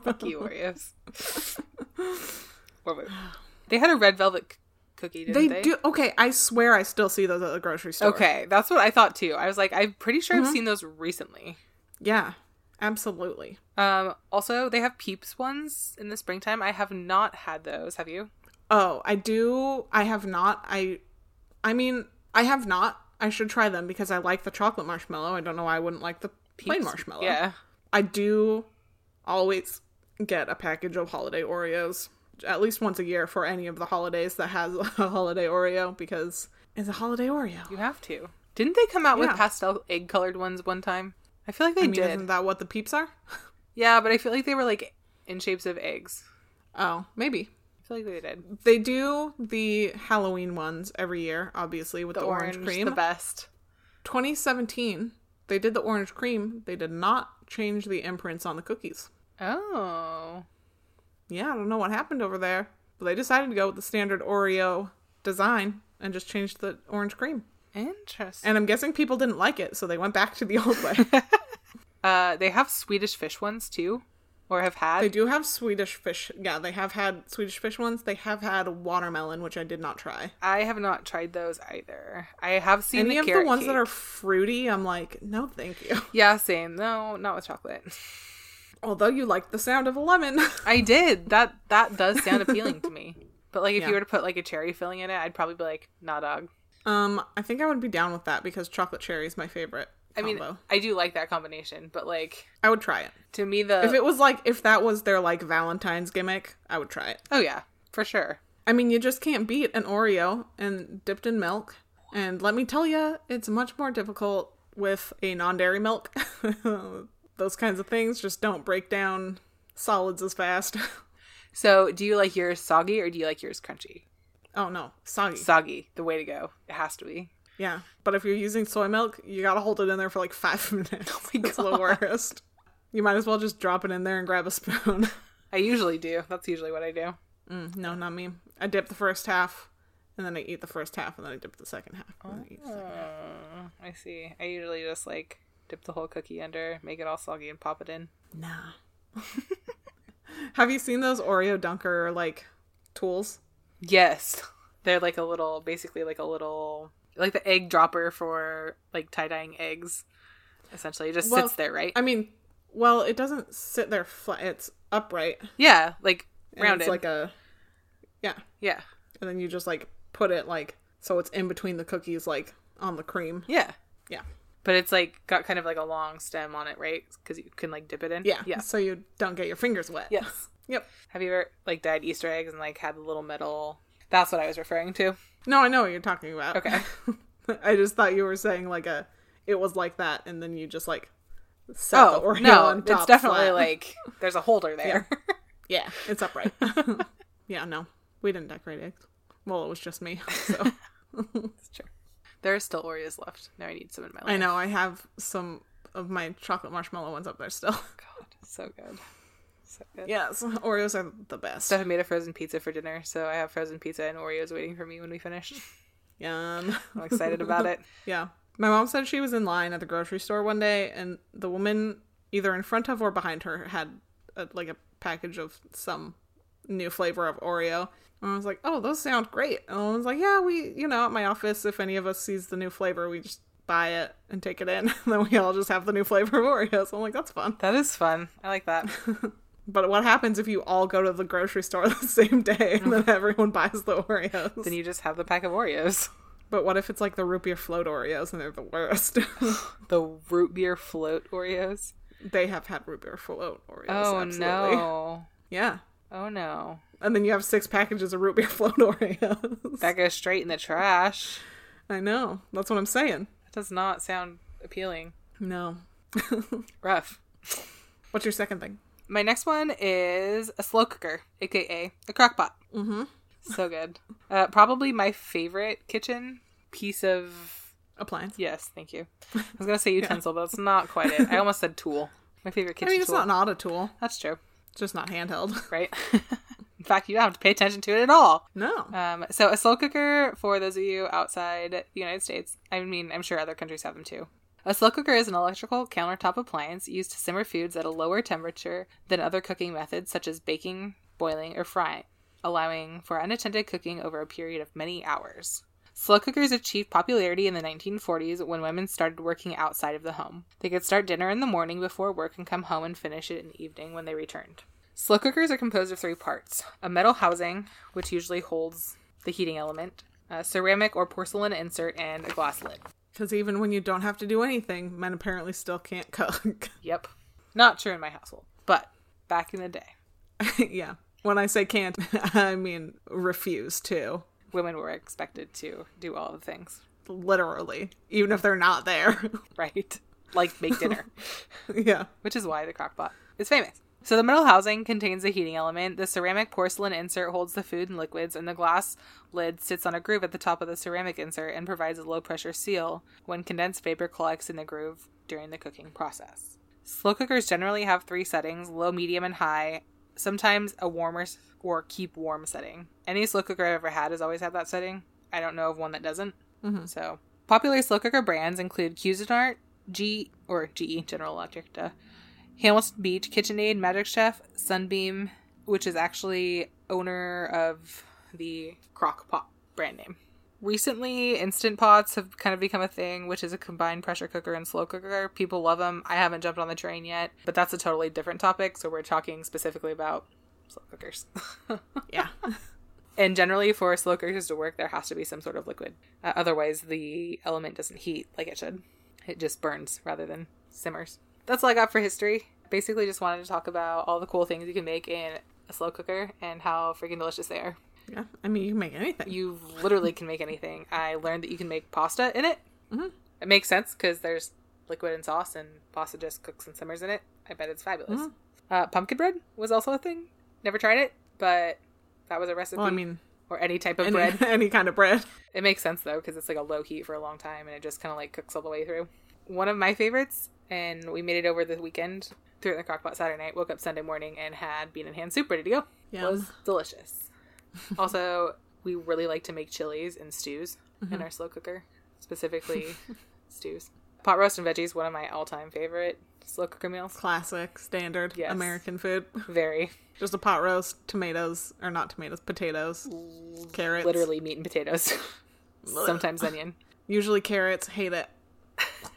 Fuck you, Oreos. Or wait. they had a red velvet c- cookie, didn't
they
they?
do. Okay, I swear I still see those at the grocery store.
Okay, that's what I thought too. I was like, I'm pretty sure I've seen those recently.
Yeah, absolutely.
Um, also, they have Peeps ones in the springtime. I have not had those. Have you?
Oh, I do. I have not. I, I mean, I have not. I should try them because I like the chocolate marshmallow. I don't know why I wouldn't like the plain marshmallow.
Yeah.
I do always get a package of holiday Oreos at least once a year for any of the holidays that has a holiday Oreo because it's a holiday Oreo.
You have to. Didn't they come out with
Yeah.
pastel egg colored ones one time? I feel like they
I mean,
did.
isn't that what the peeps are?
Yeah, but I feel like they were like in shapes of eggs.
Oh, maybe.
I feel like they did.
They do the Halloween ones every year, obviously, with the, orange, cream.
the best.
2017, they did the orange cream. They did not change the imprints on the cookies.
Oh.
Yeah, I don't know what happened over there, but they decided to go with the standard Oreo design and just changed the orange cream.
Interesting.
And I'm guessing people didn't like it, so they went back to the old way.
Uh, they have Swedish fish ones too, or have had.
they do have Swedish fish. Yeah, they have had Swedish fish ones. They have had watermelon, which I did not try.
I have not tried those either. I have seen
Any
the
of the
carrot
ones that
cake.
are fruity, I'm like, no, thank you.
Yeah, same. No, not with chocolate.
Although you like the sound of a lemon.
I did. That that does sound appealing to me. But like if
Yeah.
you were to put like a cherry filling in it, I'd probably be like, nah dog.
um, I think I would be down with that because chocolate cherry is my favorite.
I mean
combo.
I do like that combination, but like
I would try it.
to me the
If it was like, if that was their like Valentine's gimmick, I would try it.
Oh yeah, for sure.
I mean, you just can't beat an Oreo and dipped in milk. And let me tell you, it's much more difficult with a non dairy milk. Those kinds of things just don't break down solids as fast.
So do you like yours soggy or do you like yours crunchy?
oh no, soggy.
Soggy, the way to go. It has to be.
yeah. But if you're using soy milk, you gotta hold it in there for like five minutes. Oh
my
It's the worst. You might as well just drop it in there and grab a spoon.
I usually do. That's usually what I do.
Mm, no, not me. I dip the first half, and then I eat the first half, and then I dip the second half. And then I eat the second half.
Mm, I see. I usually just like dip the whole cookie under, make it all soggy and pop it in.
Nah. Have you seen those Oreo dunker like tools?
Yes. They're like a little basically like a little like the egg dropper for like tie dyeing eggs. Essentially. It just
Well,
sits there, right?
I mean, well, it doesn't sit there flat. It's upright. and
yeah, like rounded.
It's like a yeah,
yeah.
and then you just like put it like so it's in between the cookies, like on the cream.
Yeah.
Yeah,
But it's like got kind of like a long stem on it, right? Because you can like dip it in.
yeah,
Yeah.
So you don't get your fingers wet.
Yes.
Yep.
Have you ever like dyed Easter eggs and like had the little metal that's what I was referring to.
No, I know what you're talking about.
Okay.
I just thought you were saying like a it was like that, and then you just like set the Oreo on Oh, top.
Oh, it's definitely
flat.
like there's a holder there.
Yeah, it's upright. yeah, no, we didn't decorate eggs. Well, it was just me. So
It's true. There are still Oreos left. Now I need some in my life.
I know I have some of my chocolate marshmallow ones up there still.
God, so good. So good.
yes, Oreos are the best.
Steph made a frozen pizza for dinner, so I have frozen pizza and Oreos waiting for me when we finish.
Yum.
I'm excited about it.
Yeah. My mom said she was in line at the grocery store one day, and the woman, either in front of or behind her, had a, like a package of some new flavor of Oreo. And I was like, oh, those sound great. And I was like, yeah, we, you know, at my office, if any of us sees the new flavor, we just buy it and take it in. And then we all just have the new flavor of Oreos. I'm like, that's fun.
That is fun. I like that.
But what happens if you all go to the grocery store the same day and then everyone buys the Oreos?
then you just have the pack of Oreos.
But what if it's like the root beer float Oreos and they're the worst?
The root beer float Oreos.
they have had root beer float Oreos.
Oh
absolutely.
no.
Yeah.
Oh no.
And then you have six packages of root beer float Oreos.
That goes straight in the trash.
I know. That's what I'm saying.
That does not sound appealing.
No.
Rough.
What's your second thing?
My next one is a slow cooker, aka a crock pot. Mm-hmm. So good. Uh, probably my favorite kitchen piece of.
Appliance.
Yes, thank you. I was going to say utensil, but it's not quite it. I almost said tool. My favorite kitchen
I mean, it's
tool.
not not a tool.
That's true,
It's just not handheld.
right? In fact, you don't have to pay attention to it at all.
No.
Um, so, a slow cooker, for those of you outside the United States, I mean, I'm sure other countries have them too. A slow cooker is an electrical countertop appliance used to simmer foods at a lower temperature than other cooking methods such as baking, boiling, or frying, allowing for unattended cooking over a period of many hours. Slow cookers achieved popularity in the 1940s when women started working outside of the home. They could start dinner in the morning before work and come home and finish it in the evening when they returned. Slow cookers are composed of three parts a metal housing, which usually holds the heating element, a ceramic or porcelain insert, and a glass lid.
Because even when you don't have to do anything, men apparently still can't cook.
Yep. Not true in my household, but back in the day,
yeah. When I say can't, I mean refuse to.
women were expected to do all the things,
Literally. Even if they're not there.
right? Like make dinner.
yeah.
which is why the crockpot is famous. So the metal housing contains the heating element, the ceramic porcelain insert holds the food and liquids, and the glass lid sits on a groove at the top of the ceramic insert and provides a low pressure seal when condensed vapor collects in the groove during the cooking process. Slow cookers generally have three settings low, medium, and high, sometimes a warmer s- or keep warm setting. Any slow cooker I've ever had has always had that setting. I don't know of one that doesn't.
Mm-hmm.
Mm-hmm. So, popular slow cooker brands include Cuisinart, G or GE General Electric, duh, Hamilton Beach, KitchenAid, Magic Chef, Sunbeam, which is actually owner of the crock pot brand name. Recently, instant pots have kind of become a thing, which is a combined pressure cooker and slow cooker. People love them. I haven't jumped on the train yet, but that's a totally different topic, so we're talking specifically about slow cookers.
Yeah.
And generally, for slow cookers to work, there has to be some sort of liquid. Uh, otherwise, the element doesn't heat like it should. It just burns rather than simmers. That's all I got for history. Basically, just wanted to talk about all the cool things you can make in a slow cooker and how freaking delicious they are.
yeah. I mean, you can make anything.
You literally can make anything. I learned that you can make pasta in it. Mm-hmm. It makes sense because there's liquid and sauce, and pasta just cooks and simmers in it. I bet it's fabulous.
Mm-hmm.
Uh, pumpkin bread was also a thing. Never tried it, but that was a recipe
well, I mean,
or any type of
any,
bread.
any kind of bread.
It makes sense though because it's like a low heat for a long time and it just kind of like cooks all the way through. One of my favorites, and we made it over the weekend. Threw it in the crockpot Saturday night. Woke up Sunday morning and had bean and hand soup ready to go.
Yum.
Was delicious. also, we really like to make chilies and stews in our slow cooker, specifically stews. Pot roast and veggies, one of my all-time favorite slow cooker meals.
Classic, standard
Yes.
American food.
Very
Just a pot roast, tomatoes, or not tomatoes, potatoes, carrots.
literally meat and potatoes, sometimes onion.
Usually carrots. Hate it.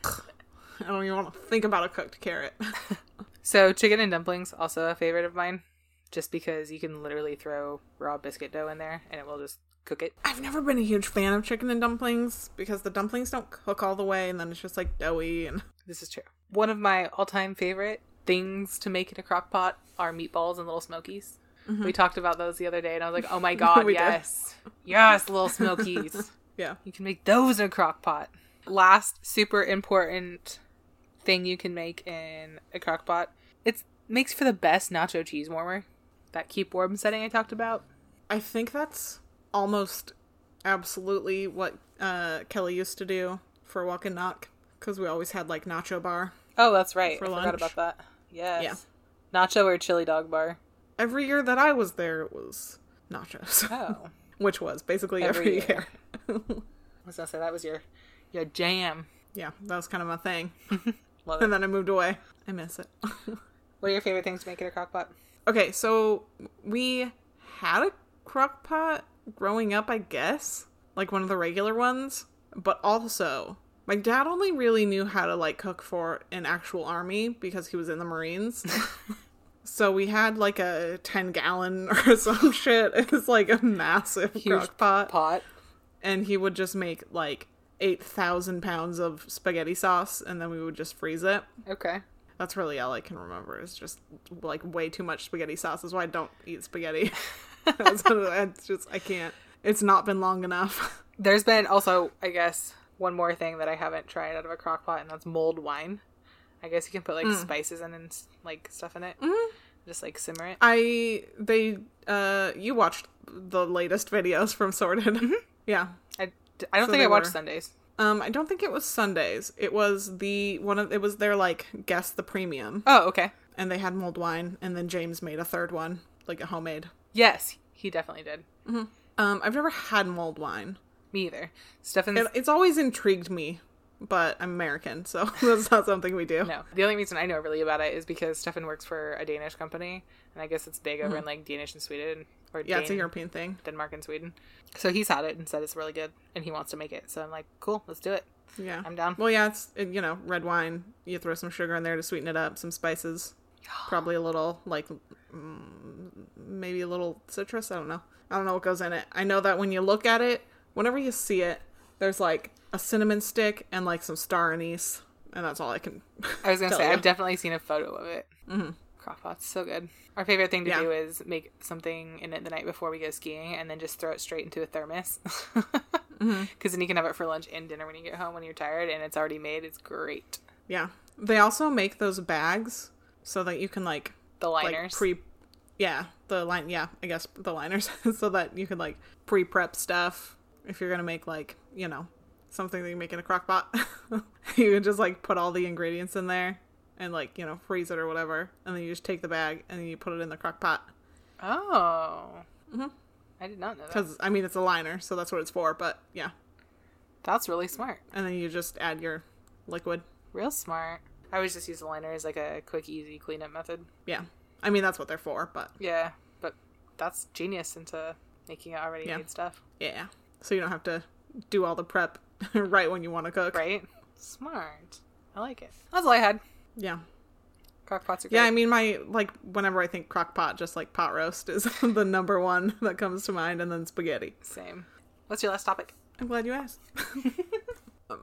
I don't even want to think about a cooked carrot.
So chicken and dumplings also a favorite of mine, just because you can literally throw raw biscuit dough in there and it will just cook it.
I've never been a huge fan of chicken and dumplings because the dumplings don't cook all the way and then it's just like doughy and
This is true. One of my all-time favorite things to make in a crock pot are meatballs and little smokies. We talked about those the other day, and I was like, "Oh my god,
Mm-hmm. We did.
yes, yes, little smokies!
yeah.
you can make those in a crock pot." Last super important thing you can make in a crock pot. It makes for the best nacho cheese warmer. That keep warm setting I talked about.
I think that's almost absolutely what uh, Kelly used to do for walk and knock because we always had like nacho bar.
Oh, that's right.
For
I
lunch.
forgot about that. Yes. Nacho or chili dog bar.
Every year that I was there, it was nachos,
Oh.
which was basically every,
Every
year.
year. I was gonna say that was your your jam.
Yeah, that was kind of my thing.
Love
And
it.
then I moved away. I miss it.
What are your favorite things to make in a crock pot?
okay, so we had a crock pot growing up, I guess, like one of the regular ones, but also my dad only really knew how to like cook for an actual army because he was in the Marines. so we had like a 10 gallon or some shit. It's like a massive crock pot
Pot.
and he would just make like 8,000 pounds of spaghetti sauce and then we would just freeze it.
Okay.
That's really all I can remember is just like way too much spaghetti sauce. Is why I don't eat spaghetti. That's what I it's just I can't. It's not been long enough.
There's been also, I guess, one more thing that I haven't tried out of a crock pot, and that's mulled wine. I guess you can put like spices in and s- like stuff in it, just like simmer it.
I they uh you watched the latest videos from Sorted. Yeah.
I, I don't
So
think
they
I watch
were-
Sundays.
Um I don't think it was Sundays. It was the one of it was their like guess the premium
Oh, okay.
and they had mulled wine and then James made a third one like a homemade.
Yes, he definitely did.
Um I've never had mulled wine.
Me either. Stefan's
It, it's always intrigued me, but I'm American, so that's not something we do.
No. The only reason I know really about it is because Stefan works for a Danish company, and I guess it's big over in like Danish and Sweden, or
Hmm. Yeah, it's a
Dan-
European thing.
Denmark and Sweden. So he's had it and said it's really good, and he wants to make it. So I'm like, cool, let's do it.
Yeah.
I'm down.
Well, yeah, it's, it- you know, red wine. You throw some sugar in there to sweeten it up, some spices, probably a little, like, mm, maybe a little citrus. I don't know. I don't know what goes in it. I know that when you look at it, whenever you see it, there's like a cinnamon stick and like some star anise, and that's all I can.
I was gonna
tell
say
ya.
I've definitely seen a photo of it. Mm-hmm. Crockpot's so good. Our favorite thing to
Yeah.
do is make something in it the night before we go skiing, and then just throw it straight into a thermos. Because
Mm-hmm.
then you can have it for lunch and dinner when you get home when you're tired, and it's already made. It's great.
yeah. They also make those bags so that you can, like,
The
like
liners.
pre yeah the line yeah i guess the liners so that you could like pre-prep stuff if you're gonna make like you know something that you make in a crock pot you can just like put all the ingredients in there and like you know freeze it or whatever and then you just take the bag and then you put it in the crock pot
oh.
Mm-hmm.
I did not know that.
because i mean it's a liner so that's what it's for but yeah
That's really smart.
and then you just add your liquid
Real smart. I always just use the liner as like a quick, easy cleanup method.
yeah i mean that's what they're for but
Yeah, but that's genius into making it already
Yeah.
made stuff,
yeah so you don't have to do all the prep right when you want to cook
right? Smart. I like it. That's all I had.
yeah
Crockpots are great.
Yeah, I mean, my like whenever I think crock pot, just like pot roast is the number one that comes to mind, and then spaghetti.
Same. What's your last topic?
I'm glad you asked.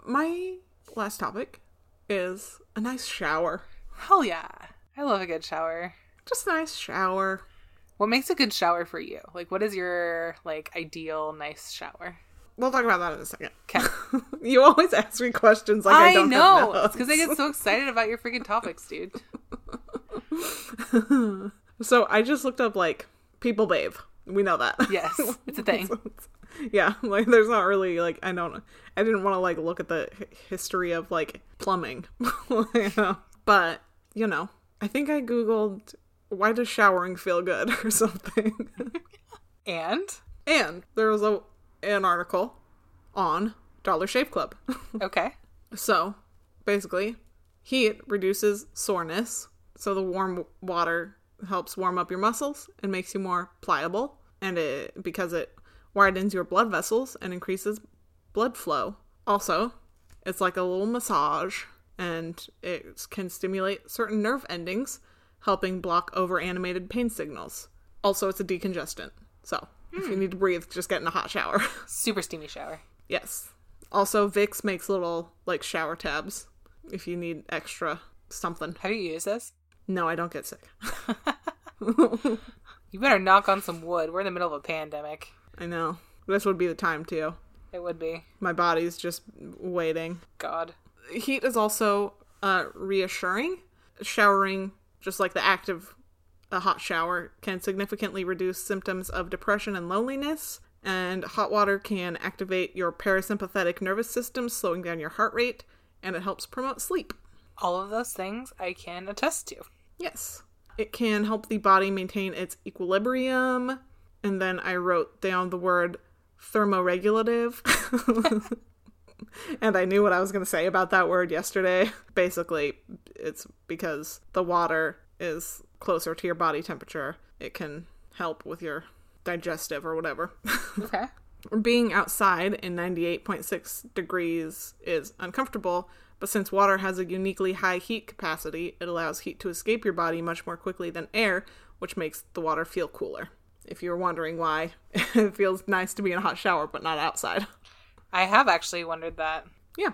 my last topic is a nice shower.
Hell yeah. I love a good shower.
Just a nice shower.
What makes a good shower for you? Like, what is your, like, ideal nice shower?
We'll talk about that in a second.
'Kay.
you always ask me questions like I,
I,
don't
know.
Have
It's because I
notes.
get so excited about your freaking topics, dude.
So I just looked up like people bathe. We know that.
Yes, it's a thing.
yeah like there's not really like i don't i didn't want to like look at the h- history of like plumbing You know? but you know i think i googled why does showering feel good or something
And?
and there was a an article on dollar shave club
Okay.
so basically heat reduces soreness so the warm water helps warm up your muscles and makes you more pliable and it because it widens your blood vessels and increases blood flow also it's like a little massage and it can stimulate certain nerve endings helping block over animated pain signals also it's a decongestant so if you need to breathe just get in a hot shower
Super steamy shower.
Yes. Also, Vicks makes little like shower tabs if you need extra something.
Have you used this?
No, I don't get sick.
You better knock on some wood. We're in the middle of a pandemic.
I know. This would be the time too.
It would be.
My body's just waiting.
God.
Heat is also uh, reassuring. Showering, just like the act of a hot shower, can significantly reduce symptoms of depression and loneliness, And hot water can activate your parasympathetic nervous system, slowing down your heart rate, and it helps promote sleep.
All of those things I can attest to.
Yes. It can help the body maintain its equilibrium. And then I wrote down the word thermoregulative. and I knew what I was going to say about that word yesterday. Basically, it's because the water is closer to your body temperature, it can help with your digestive or whatever.
Okay.
Being outside in 98.6 degrees is uncomfortable, but since water has a uniquely high heat capacity, it allows heat to escape your body much more quickly than air, which makes the water feel cooler. If you're wondering why, it feels nice to be in a hot shower, but not outside.
I have actually wondered that.
Yeah.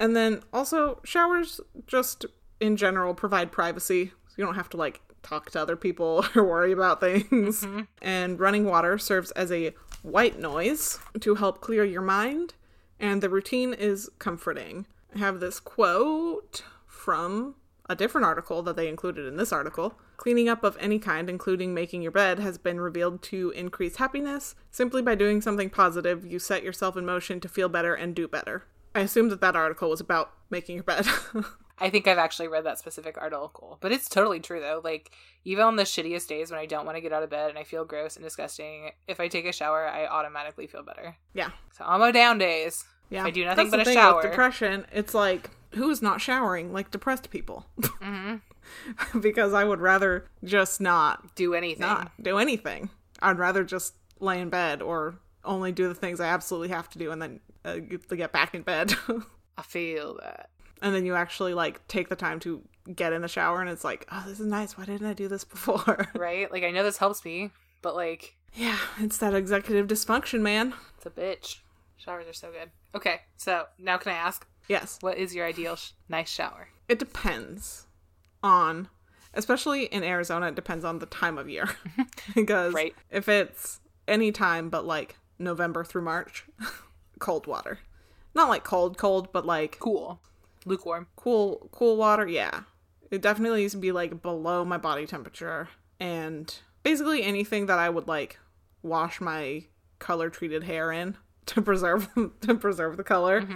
And then also, showers just in general provide privacy. So you don't have to like talk to other people or worry about things. Mm-hmm. And running water serves as a white noise to help clear your mind. And the routine is comforting. I have this quote from a different article that they included in this article. Cleaning up of any kind, including making your bed, has been revealed to increase happiness. Simply by doing something positive, you set yourself in motion to feel better and do better. I assume that that article was about making your bed.
I think I've actually read that specific article, but it's totally true though. Like, even on the shittiest days when I don't want to get out of bed and I feel gross and disgusting, if I take a shower, I automatically feel better.
Yeah.
So on my down days,
yeah.
if I do nothing
That's the
but a
thing
shower.
With depression, it's like who's not showering? Like depressed people.
Mhm.
because I would rather just not
Do anything.
not do anything. I'd rather just lay in bed or only do the things I absolutely have to do and then uh, get- to get back in bed.
I feel that.
and then you actually like take the time to get in the shower and it's like, oh, this is nice. Why didn't I do this before?
Right? Like, I know this helps me, but like,
yeah, it's that executive dysfunction, man.
it's a bitch. Showers are so good. Okay, so now can I ask,
Yes.
what is your ideal sh- nice shower?
It depends on, especially in Arizona, it depends on the time of year. because
Right.
if it's any time but like November through March, cold water. Not like cold, cold, but like
Cool. Lukewarm.
cool, cool water. Yeah. It definitely used to be like below my body temperature. And basically anything that I would like wash my color treated hair in to preserve to preserve the color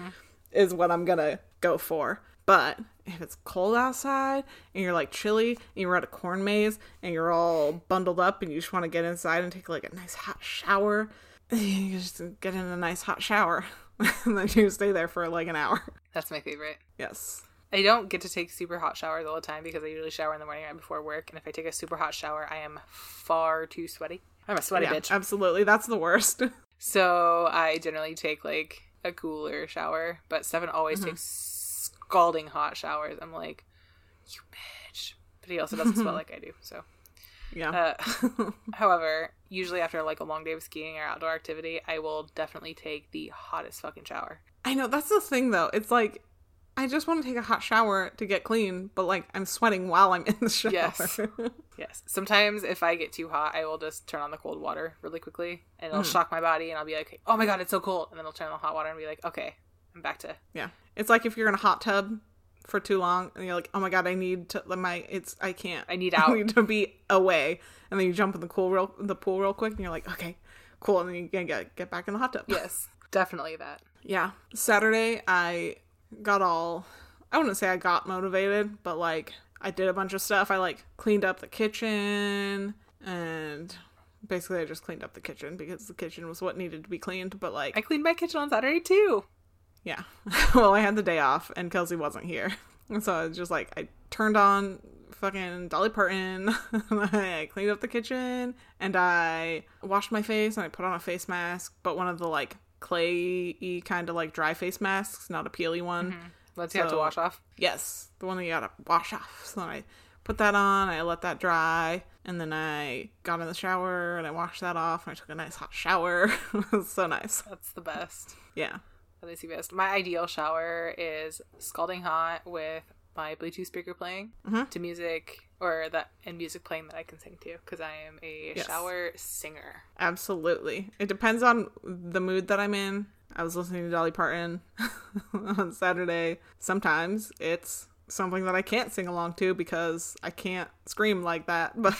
is what I'm gonna go for. But if it's cold outside and you're like chilly and you're at a corn maze and you're all bundled up and you just want to get inside and take like a nice hot shower, you just get in a nice hot shower and then you stay there for like an hour.
That's my favorite.
Yes.
I don't get to take super hot showers all the time because I usually shower in the morning right before work. And if I take a super hot shower, I am far too sweaty. I'm a sweaty
Yeah,
bitch.
absolutely. That's the worst.
So I generally take like a cooler shower, but Stefan always takes scalding hot showers. I'm like, you bitch. But he also doesn't smell like I do. So,
Yeah.
uh, however, usually after like a long day of skiing or outdoor activity, I will definitely take the hottest fucking shower.
I know. That's the thing, though. It's like, I just want to take a hot shower to get clean, but like, I'm sweating while I'm in the shower.
Yes. Yes. Sometimes if I get too hot, I will just turn on the cold water really quickly and
Hmm.
it'll shock my body and I'll be like, oh my God, it's so cold. And then I'll turn on the hot water and be like, okay, I'm back to.
yeah. It's like if you're in a hot tub for too long and you're like, oh my God, I need to, my, it's, I can't.
I need out.
I need to be away. And then you jump in the cool, real, the pool real quick and you're like, okay, cool. And then you can get, get back in the hot tub.
Yes, definitely that.
yeah saturday i got all i wouldn't say i got motivated but like i did a bunch of stuff i like cleaned up the kitchen and basically i just cleaned up the kitchen because the kitchen was what needed to be cleaned but like
I cleaned my kitchen on Saturday too.
yeah well i had the day off and kelsey wasn't here and so i was just like i turned on fucking dolly parton i cleaned up the kitchen and i washed my face and i put on a face mask but one of the like clayy kind of like dry face masks not a peely one
Once you have to
So-
wash off.
Yes, the one that you gotta wash off. So then I put that on, I let that dry, and then I got in the shower and I washed that off and I took a nice hot shower. It was so nice.
That's the best.
Yeah.
That is the best. My ideal shower is scalding hot with my Bluetooth speaker playing
Mm-hmm.
to music or that and music playing that I can sing to because I am a
Yes.
shower singer.
Absolutely. It depends on the mood that I'm in. I was listening to Dolly Parton on Saturday. Sometimes it's something that I can't sing along to because I can't scream like that, but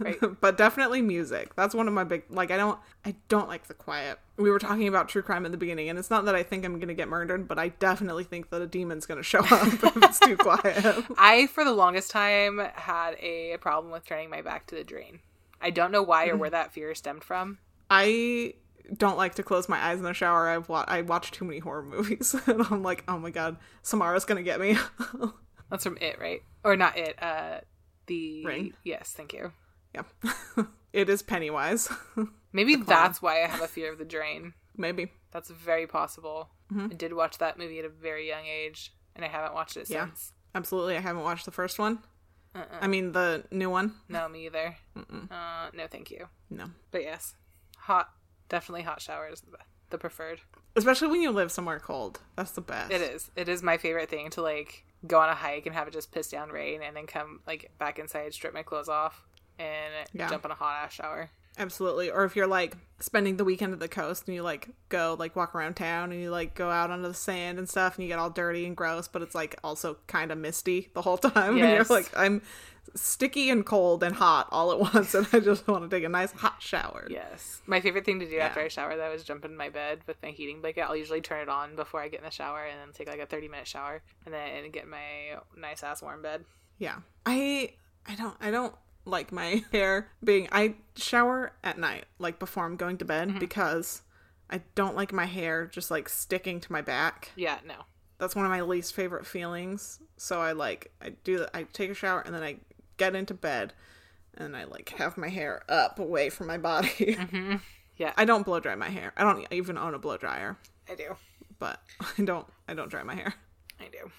Right.
but definitely music. That's one of my big like I don't I don't like the quiet. We were talking about true crime in the beginning and it's not that I think I'm going to get murdered, but I definitely think that a demon's going to show up if it's too quiet.
I, for the longest time, had a problem with turning my back to the drain. I don't know why or where that fear stemmed from.
I don't like to close my eyes in the shower. I've wa- I watch too many horror movies and I'm like, "Oh my god, Samara's going to get me."
That's from it, right? Or not it, uh the
Ring?
Yes, thank you.
yeah. it is Pennywise.
Maybe that's why I have a fear of the drain.
Maybe.
That's very possible. I did watch that movie at a very young age, and I haven't watched it
Yeah.
since.
Absolutely. I haven't watched the first one. I mean the new one.
No, me either. Uh, no, thank you.
No.
But yes, hot, definitely hot showers, the- the preferred.
Especially when you live somewhere cold. That's the best.
It is. It is my favorite thing to like go on a hike and have it just piss down rain, and then come like back inside, strip my clothes off, and
Yeah.
jump in a hot ass shower.
Absolutely. Or if you're like spending the weekend at the coast and you like go like walk around town and you like go out onto the sand and stuff and you get all dirty and gross, but it's like also kind of misty the whole time. And
Yes.
you're like, I'm sticky and cold and hot all at once and I just want to take a nice hot shower.
Yes, my favorite thing to do after I shower though is jump in my bed with my heating blanket. I'll usually turn it on before I get in the shower, and then take like a thirty minute shower, and then get my nice ass warm bed.
Yeah. I I don't I don't like my hair being I shower at night like before I'm going to bed because I don't like my hair just like sticking to my back.
Yeah, no,
that's one of my least favorite feelings. So I like I do I take a shower and then I get into bed and I like have my hair up away from my body.
Mm-hmm. Yeah.
I don't blow dry my hair. I don't even own a blow dryer,
I do,
but I don't I don't dry my hair.
I do,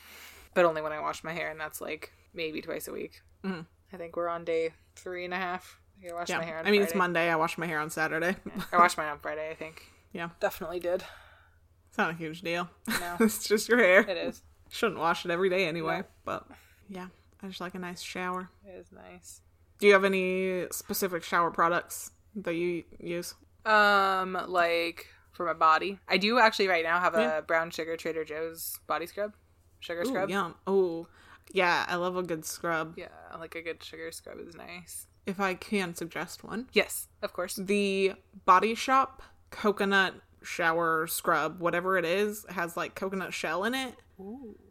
but only when I wash my hair, and that's like maybe twice a week. I think we're on day three and a half. I gotta wash
Mm-hmm. Yeah.
my hair. On
I mean it's
Friday.
Monday. I wash my hair on Saturday.
I washed mine on Friday, I think.
Yeah.
Definitely did.
it's not a huge deal.
No.
it's just your hair.
It is.
Shouldn't wash it every day anyway, but yeah, I just like a nice shower.
It is nice.
Do you have any specific shower products that you use?
Um, like for my body, I do actually right now have a brown sugar Trader Joe's body scrub, sugar
Ooh,
scrub. Yeah.
yum. Oh, yeah. I love a good scrub.
like a good sugar scrub is nice.
If I can suggest one,
Yes, of course.
the Body Shop coconut shower scrub, whatever it is, has like coconut shell in it.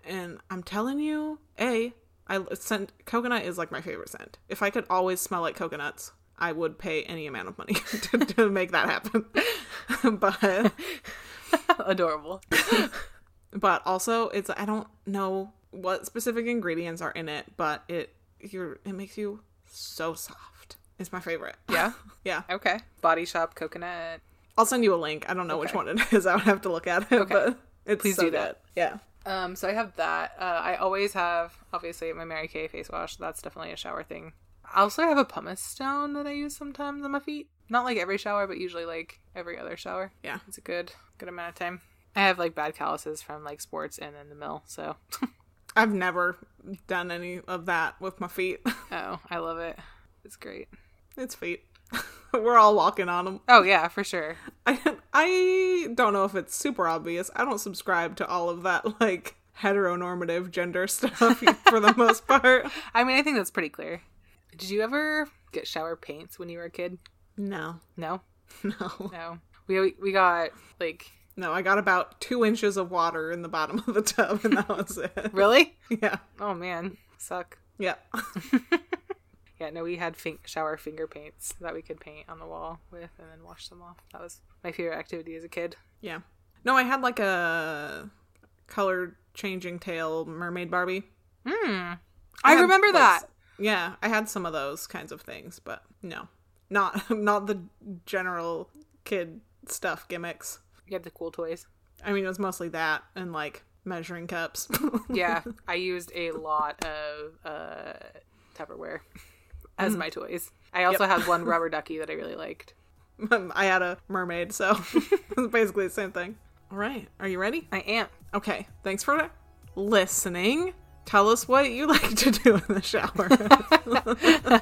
And I'm telling you, a I scent coconut is like my favorite scent. If I could always smell like coconuts, I would pay any amount of money to, to make that happen. but
Adorable.
but also it's I don't know what specific ingredients are in it, but it you're it makes you so soft. It's my favorite.
Yeah.
Yeah.
Okay. Body Shop coconut.
I'll send you a link. I don't know which one it is. I would have to look at it, but it's
Please
so
do that.
good. Yeah.
Um, so I have that. Uh, I always have obviously my Mary Kay face wash. That's definitely a shower thing. I also have a pumice stone that I use sometimes on my feet. Not like every shower, but usually like every other shower.
Yeah.
It's a good good amount of time. I have like bad calluses from like sports and then the mill, so
I've never done any of that with my feet.
oh, I love it. It's great.
it's feet. We're all walking on them.
Oh yeah, for sure.
I, I don't know if it's super obvious. I don't subscribe to all of that like heteronormative gender stuff for the most part.
I mean, I think that's pretty clear. Did you ever get shower paints when you were a kid?
No.
No,
No.
no. We we got like
No, I got about two inches of water in the bottom of the tub, and that was it.
really.
Yeah,
Oh man, suck.
yeah.
Yeah, no, we had fin- shower finger paints that we could paint on the wall with and then wash them off. That was my favorite activity as a kid.
Yeah. No, I had like a color changing tail mermaid Barbie.
I,
had,
remember
like,
that.
s- Yeah, I had some of those kinds of things, but no, not not the general kid stuff gimmicks.
You had the cool toys.
I mean, it was mostly that and like measuring cups.
Yeah, I used a lot of uh, Tupperware as
Mm-hmm.
my toys. I also had one rubber ducky that I really liked.
I had a mermaid, so it's basically the same thing. All right, are you ready?
My aunt.
Okay, thanks for listening. Tell us what you like to do in the shower.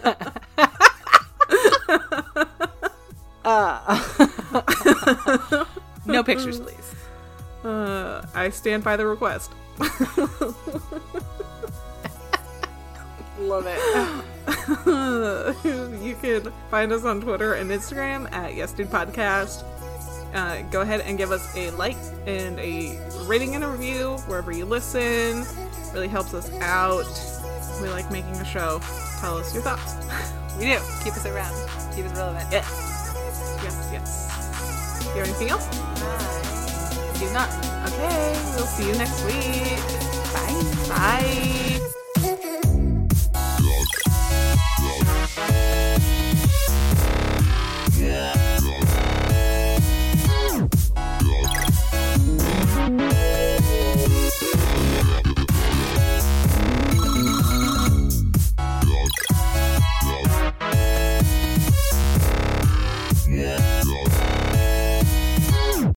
No pictures, please.
uh, I stand by the request. Love it. you can find us on Twitter and Instagram at Yes Dude Podcast. Uh, go ahead and give us a like and a rating and a review wherever you listen. Really helps us out. We like making the show. Tell us your thoughts.
We do. Keep us around. Keep us relevant.
yes. Yes, yes. Do you have anything else?
Bye. Do not.
Okay, we'll see you next week.
Bye.
Bye.